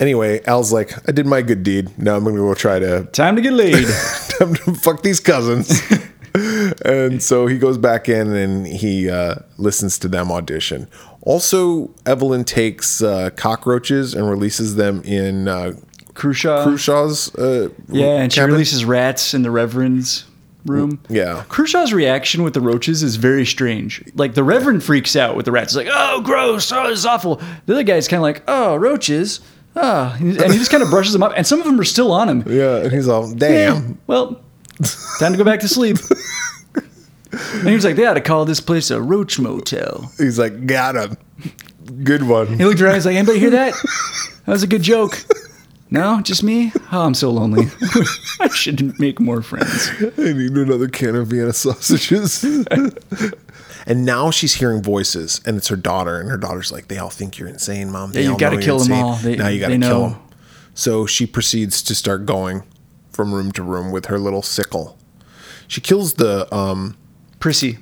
Anyway, Al's like, I did my good deed. Now I'm going to go try to
Time to get laid.
time to fuck these cousins. and so he goes back in and he uh, listens to them audition. Also, Evelyn takes uh, cockroaches and releases them in uh,
Khrushchev.
Crushaw's. Uh,
Yeah, and she
cabin.
releases rats in the Reverend's room.
yeah.
Kershaw's reaction with the roaches is very strange. Like, the Reverend freaks out with the rats. He's like, oh, gross. Oh, this is awful. The other guy's kind of like, oh, roaches. Oh. And he just kind of brushes them up. And some of them are still on him.
Yeah, and he's all, damn.
Well, time to go back to sleep. and he was like, they ought to call this place a roach motel.
He's like, got him. Good one.
He looked around. He's like, anybody hear that? That was a good joke. No, just me? Oh, I'm so lonely. I should make more friends.
I need another can of Vienna sausages. and now she's hearing voices, and it's her daughter, and her daughter's like, "They all think you're insane, mom. They
you
all know
gotta
you're
kill them
insane.
all. They-
now you got to
they
kill
know."
them." So she proceeds to start going from room to room with her little sickle. She kills the. um
Prissy,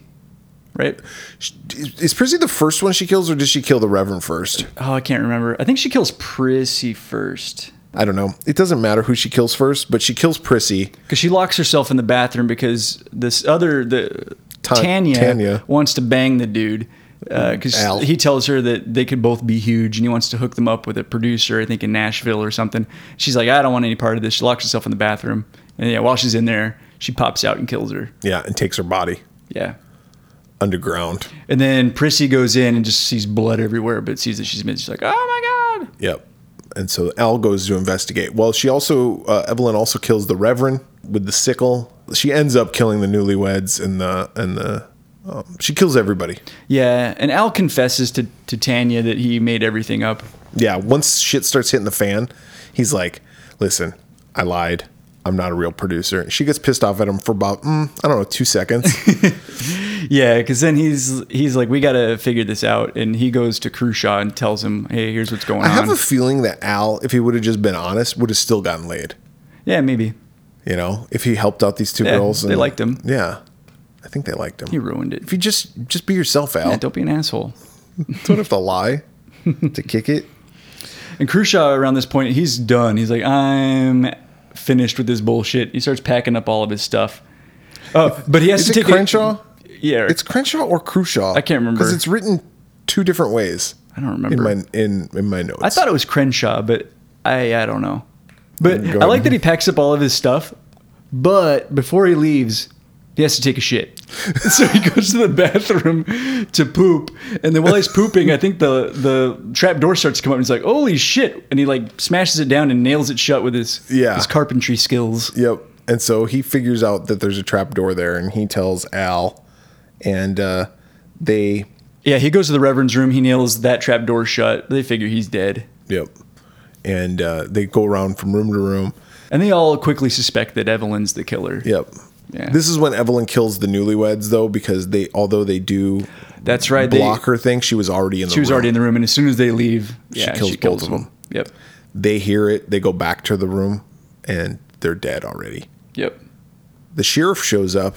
right?
sh- Is Prissy the first one she kills, or does she kill the Reverend first?
Oh, I can't remember. I think she kills Prissy first
I don't know. It doesn't matter who she kills first, but she kills Prissy.
because she locks herself in the bathroom because this other the
Ta-
Tanya,
Tanya.
wants to bang the dude because
Al.
he tells her that they could both be huge and he wants to hook them up with a producer, I think in Nashville or something. She's like, I don't want any part of this. She locks herself in the bathroom, and yeah, while she's in there, she pops out and kills her.
Yeah, and takes her body
Yeah.
underground.
And then Prissy goes in and just sees blood everywhere, but sees that she's been. She's like, "Oh my god!"
Yep. And so Al goes to investigate. Well, she also uh, Evelyn also kills the Reverend with the sickle. She ends up killing the newlyweds and the and the um, she kills everybody.
Yeah, and Al confesses to, to Tanya that he made everything up.
Yeah. Once shit starts hitting the fan, he's like, "Listen, I lied. I'm not a real producer. And she gets pissed off at him for about, mm, I don't know, two seconds.
Yeah, because then he's he's like, we got to figure this out, and he goes to Khrushchev and tells him, hey, here's what's going
I have
on.
a feeling that Al, if he would have just been honest, would have still gotten laid.
yeah, maybe
You know, if he helped out these two
Yeah,
girls,
they liked him.
Yeah, I think they liked him.
he ruined it.
if you just just be yourself, Al.
Yeah,
don't,
don't be an asshole.
have to lie to kick it.
And Khrushchev, around this point, he's done. He's like, I'm finished with this bullshit. He starts packing up all of his stuff. Oh, but he has
Is
to
it
take a-
Crenshaw?
yeah,
It's Crenshaw or Crushaw? I
can't remember.
because it's written two different ways
I don't
in
remember.
my in in my notes.
I thought it was Crenshaw, but I I don't know. But
Go
I like
ahead.
that he packs up all of his stuff, but before he leaves, he has to take a shit. so he goes to the bathroom to poop, and then while he's pooping, I think the the trap door starts to come up, and he's like, "Holy shit!" And he like smashes it down and nails it shut with his
Yeah.
his carpentry skills.
Yep. And so he figures out that there's a trap door there, and he tells Al, and uh, they
Yeah, he goes to the reverend's room. He nails that trap door shut. They figure he's dead,
yep, and uh, they go around from room to room.
and they all quickly suspect that Evelyn's the killer.
Yep.
Yeah.
This is when Evelyn kills the newlyweds though, because they although they do
That's right. They,
block her thing, she was already in the
She was
room.
already in the room, and as soon as they leave, yeah,
kills
she
both
kills
of
them.
them.
Yep,
they hear it, they go back to the room, and they're dead already.
yep.
The sheriff shows up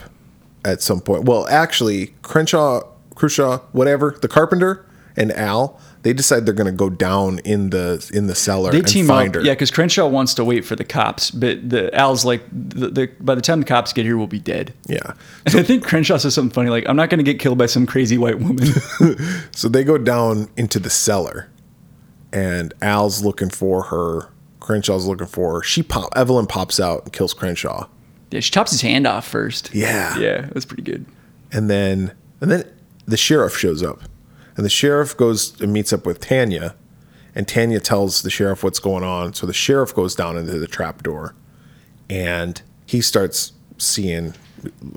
at some point. Well, actually, Crenshaw, Crushaw, whatever, the carpenter and Al, they decide they're gonna go down in the in the cellar
They
and
team
find
up,
her.
yeah, because Crenshaw wants to wait for the cops, but the Al's like, the, the, by the time the cops get here, we'll be dead.
yeah.
And I think Crenshaw says something funny like, "I'm not going to get killed by some crazy white woman."
So they go down into the cellar, and Al's looking for her. Crenshaw's looking for her. She pop Evelyn pops out and kills Crenshaw.
yeah, she chops his hand off first.
Yeah.
yeah, that's pretty good.
And then and then the sheriff shows up. And the sheriff goes and meets up with Tanya. And Tanya tells the sheriff what's going on. So the sheriff goes down into the trapdoor and he starts seeing,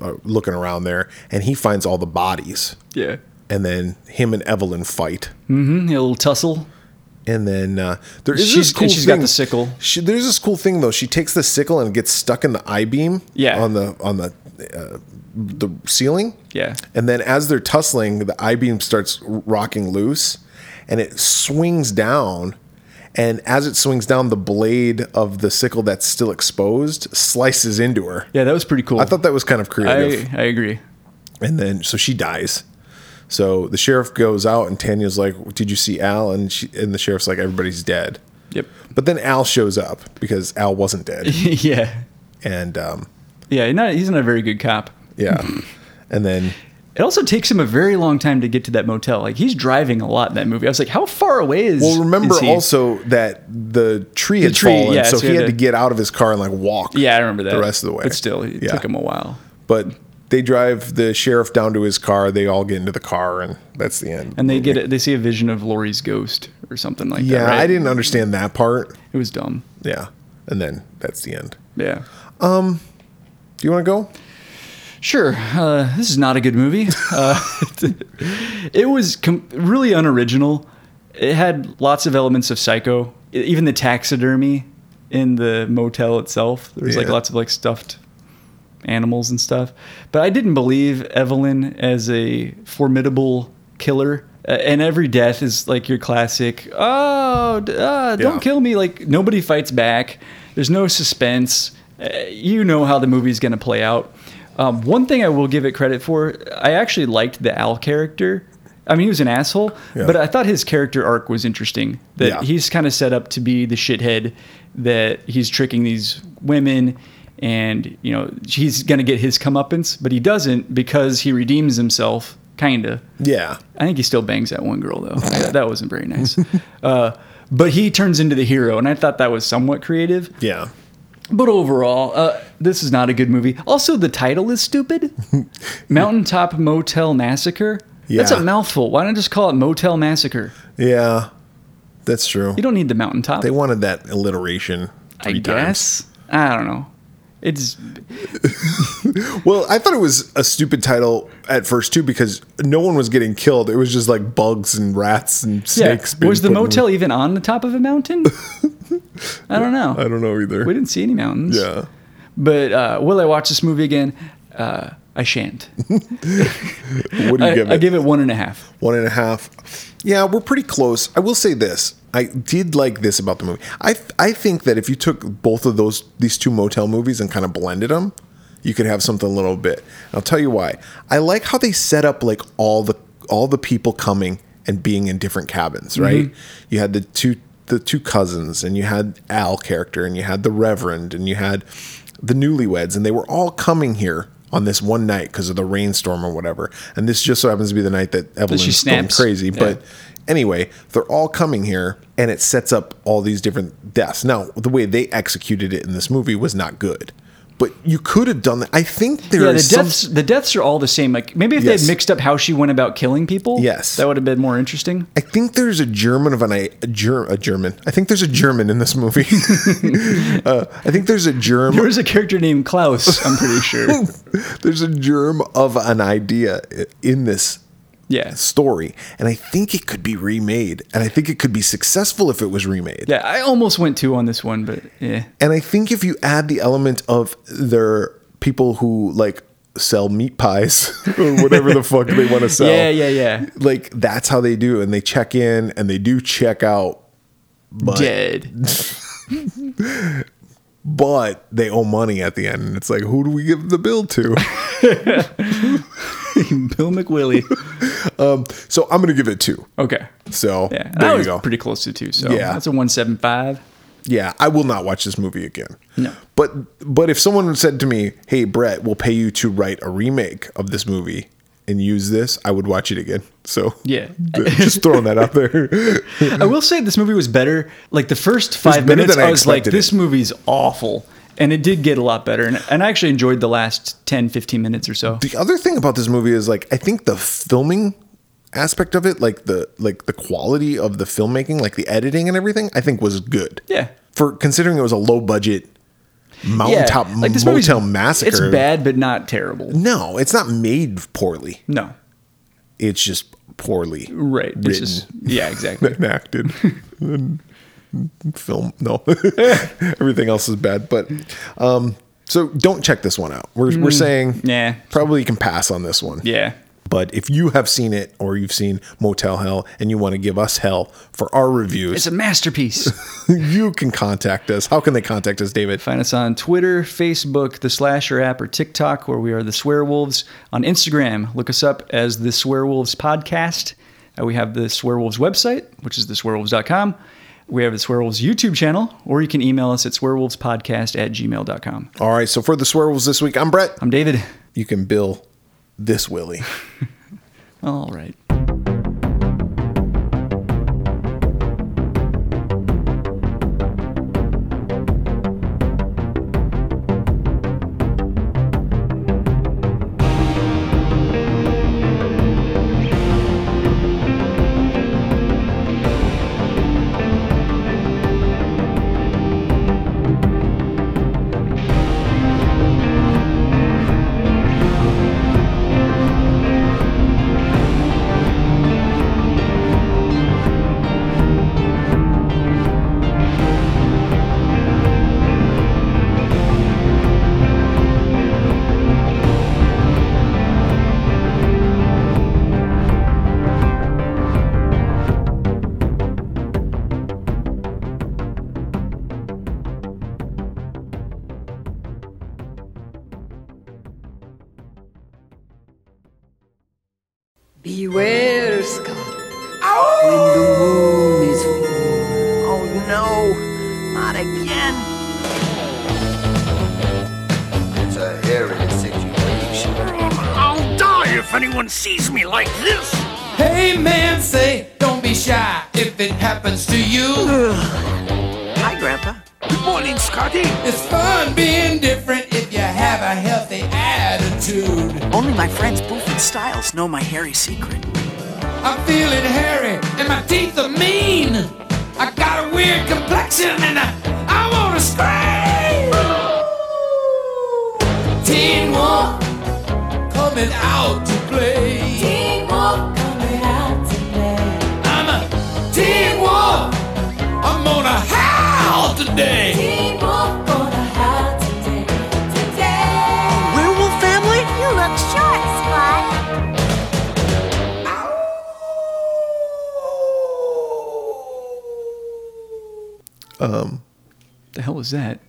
uh, looking around there, and he finds all the bodies.
Yeah,
And then him and Evelyn fight.
Mm, a little tussle.
And then uh, there is
She's-
this cool
and she's
thing.
got the sickle.
She, there's this cool thing though. She takes the sickle and gets stuck in the I beam.
Yeah.
On the on the uh, the ceiling.
Yeah.
And then as they're tussling, the I beam starts rocking loose, and it swings down. And as it swings down, the blade of the sickle that's still exposed slices into her.
Yeah, that was pretty cool.
I thought that was kind of creative.
I, I agree.
And then so she dies. So the sheriff goes out, and Tanya's like, "Did you see Al?" And she, and the sheriff's like, "Everybody's dead."
Yep.
But then Al shows up because Al wasn't dead,
yeah,
and um,
yeah. Not he's not a very good cop.
yeah, and then
It also takes him a very long time to get to that motel. Like he's driving a lot in that movie. I was like, how far away is?
well, remember
is he?
also that the tree had
tree,
fallen,
yeah,
so he had to,
to-
get out of his car and like walk.
Yeah, I remember that.
the rest of the way.
But still, it
Yeah.
took him a while.
But they drive the sheriff down to his car. They all get into the car, and that's the end.
And they get a, they see a vision of Laurie's ghost or something like that.
yeah,
right?
I didn't understand that part.
It was dumb.
Yeah, and then that's the end.
Yeah.
Do you want to go?
Sure. Uh, this is not a good movie. Uh, it was com- really unoriginal. It had lots of elements of Psycho. E- Even the taxidermy in the motel itself. There was like
Yeah.
lots of like stuffed animals and stuff. But I didn't believe Evelyn as a formidable killer. Uh, and every death is like your classic. Oh, d- uh, don't
Yeah.
kill me! Like nobody fights back. There's no suspense. Uh, you know how the movie's going to play out. Um, one thing I will give it credit for, I actually liked the Al character. I mean, he was an asshole,
Yeah.
but I thought his character arc was interesting. That
Yeah.
he's kind of set up to be the shithead that he's tricking these women and you know he's going to get his comeuppance but he doesn't because he redeems himself kind of
Yeah,
i think he still bangs that one girl though that, that wasn't very nice uh, but he turns into the hero and i thought that was somewhat creative
yeah.
but overall uh, this is not a good movie also the title is stupid mountaintop motel massacre that's
Yeah.
a mouthful why not just call it motel massacre
Yeah, that's true.
you don't need the mountaintop
They wanted that alliteration.
I
three times.
guess. I don't know. It's
Well, I thought it was a stupid title at first too because no one was getting killed. It was just like bugs and rats and
yeah.
snakes. being
Was the
put in-
motel even on the top of a mountain? I don't know.
I don't know either.
We didn't see any mountains.
yeah,
But uh, will I watch this movie again? Uh, I shan't.
What do you
I,
give it?
I give it one and a half.
One and a half. Yeah, we're pretty close. I will say this. I did like this about the movie. I I think that if you took both of those these two motel movies and kind of blended them, you could have something a little bit. I'll tell you why. I like how they set up like all the all the people coming and being in different cabins, right? You had the two the two cousins and you had Al character and you had the reverend and you had the newlyweds and they were all coming here on this one night because of the rainstorm or whatever. And this just so happens to be the night that Evelyn
she
She's going
snaps.
crazy.
Yeah.
But anyway, they're all coming here, and it sets up all these different deaths. Now, the way they executed it in this movie was not good, but you could have done that. I think there
Yeah, the
is some-
deaths the deaths are all the same. Like maybe if
Yes.
they'd mixed up how she went about killing people,
Yes.
that would have been more interesting.
I think there's a German of an a, Ger- a German. I think there's a German in this movie. uh, I think there's a germ.
There was a character named Klaus. I'm pretty sure.
There's a germ of an idea i- in this
Yeah,
story, and I think it could be remade, and I think it could be successful if it was remade.
yeah. I almost went two on this one, but yeah.
And I think if you add the element of their people who like sell meat pies or whatever the fuck they want to sell.
Yeah, yeah, yeah.
Like that's how they do and they check in and they do check out but
Dead.
but they owe money at the end and it's like who do we give the bill to?
Bill McWillie.
so I'm going to give it 2.
Okay.
So
Yeah.
there
that
you
was
go.
pretty close to two. So
Yeah.
that's a one seven five.
yeah, I will not watch this movie again.
No.
But but if someone said to me, "Hey Brett, we'll pay you to write a remake of this movie and use this," I would watch it again. So
Yeah.
just throwing that out there.
I will say this movie was better. Like the first five
better
minutes,
than I
I was like,
expected it.
this movie's awful. And it did get a lot better. And, and I actually enjoyed the last 10, 15 minutes or so.
The other thing about this movie is like I think the filming aspect of it, like the like the quality of the filmmaking, like the editing and everything, I think was good.
Yeah.
For considering it was a low budget mountaintop
movie's-
motel massacre.
It's bad, but not terrible.
No, it's not made poorly.
No.
It's just poorly
Right. It's
Written.
just, yeah, exactly.
and acted. Film no, everything else is bad. But um, so don't check this one out. We're we're saying
Nah.
probably you can pass on this one.
yeah.
But if you have seen it or you've seen Motel Hell and you want to give us hell for our
It's
reviews,
a masterpiece.
you can contact us. How can they contact us, David?
Find us on Twitter, Facebook, the Slasher app, or TikTok, where we are the Swearwolves. On Instagram, look us up as the Swearwolves Podcast. Uh, we have the Swearwolves website, which is theswearwolves.com. We have the Swearwolves YouTube channel, or you can email us at swearwolvespodcast at gmail.com.
All right. So for the swearwolves this week, I'm Brett.
I'm David.
You can bill this Willie.
All right.
Beware, Scott. When the moon is full. Oh no, not again.
It's a hairy situation.
I'll die if anyone sees me like this!
Hey man, say, don't be shy if it happens to you.
Hi, Grandpa.
Good morning, Scotty!
It's fun being different if you have a healthy attitude.
Only my friends Boof and Styles know my hairy secret.
I'm feeling hairy and my teeth are mean. I got a weird complexion and I, I wanna scream. Teen Wolf coming out to play. Teen Wolf coming out to play. I'm a Teen Wolf. I'm gonna howl today.
Teen Wolf gonna howl today.
Um,
the hell is that?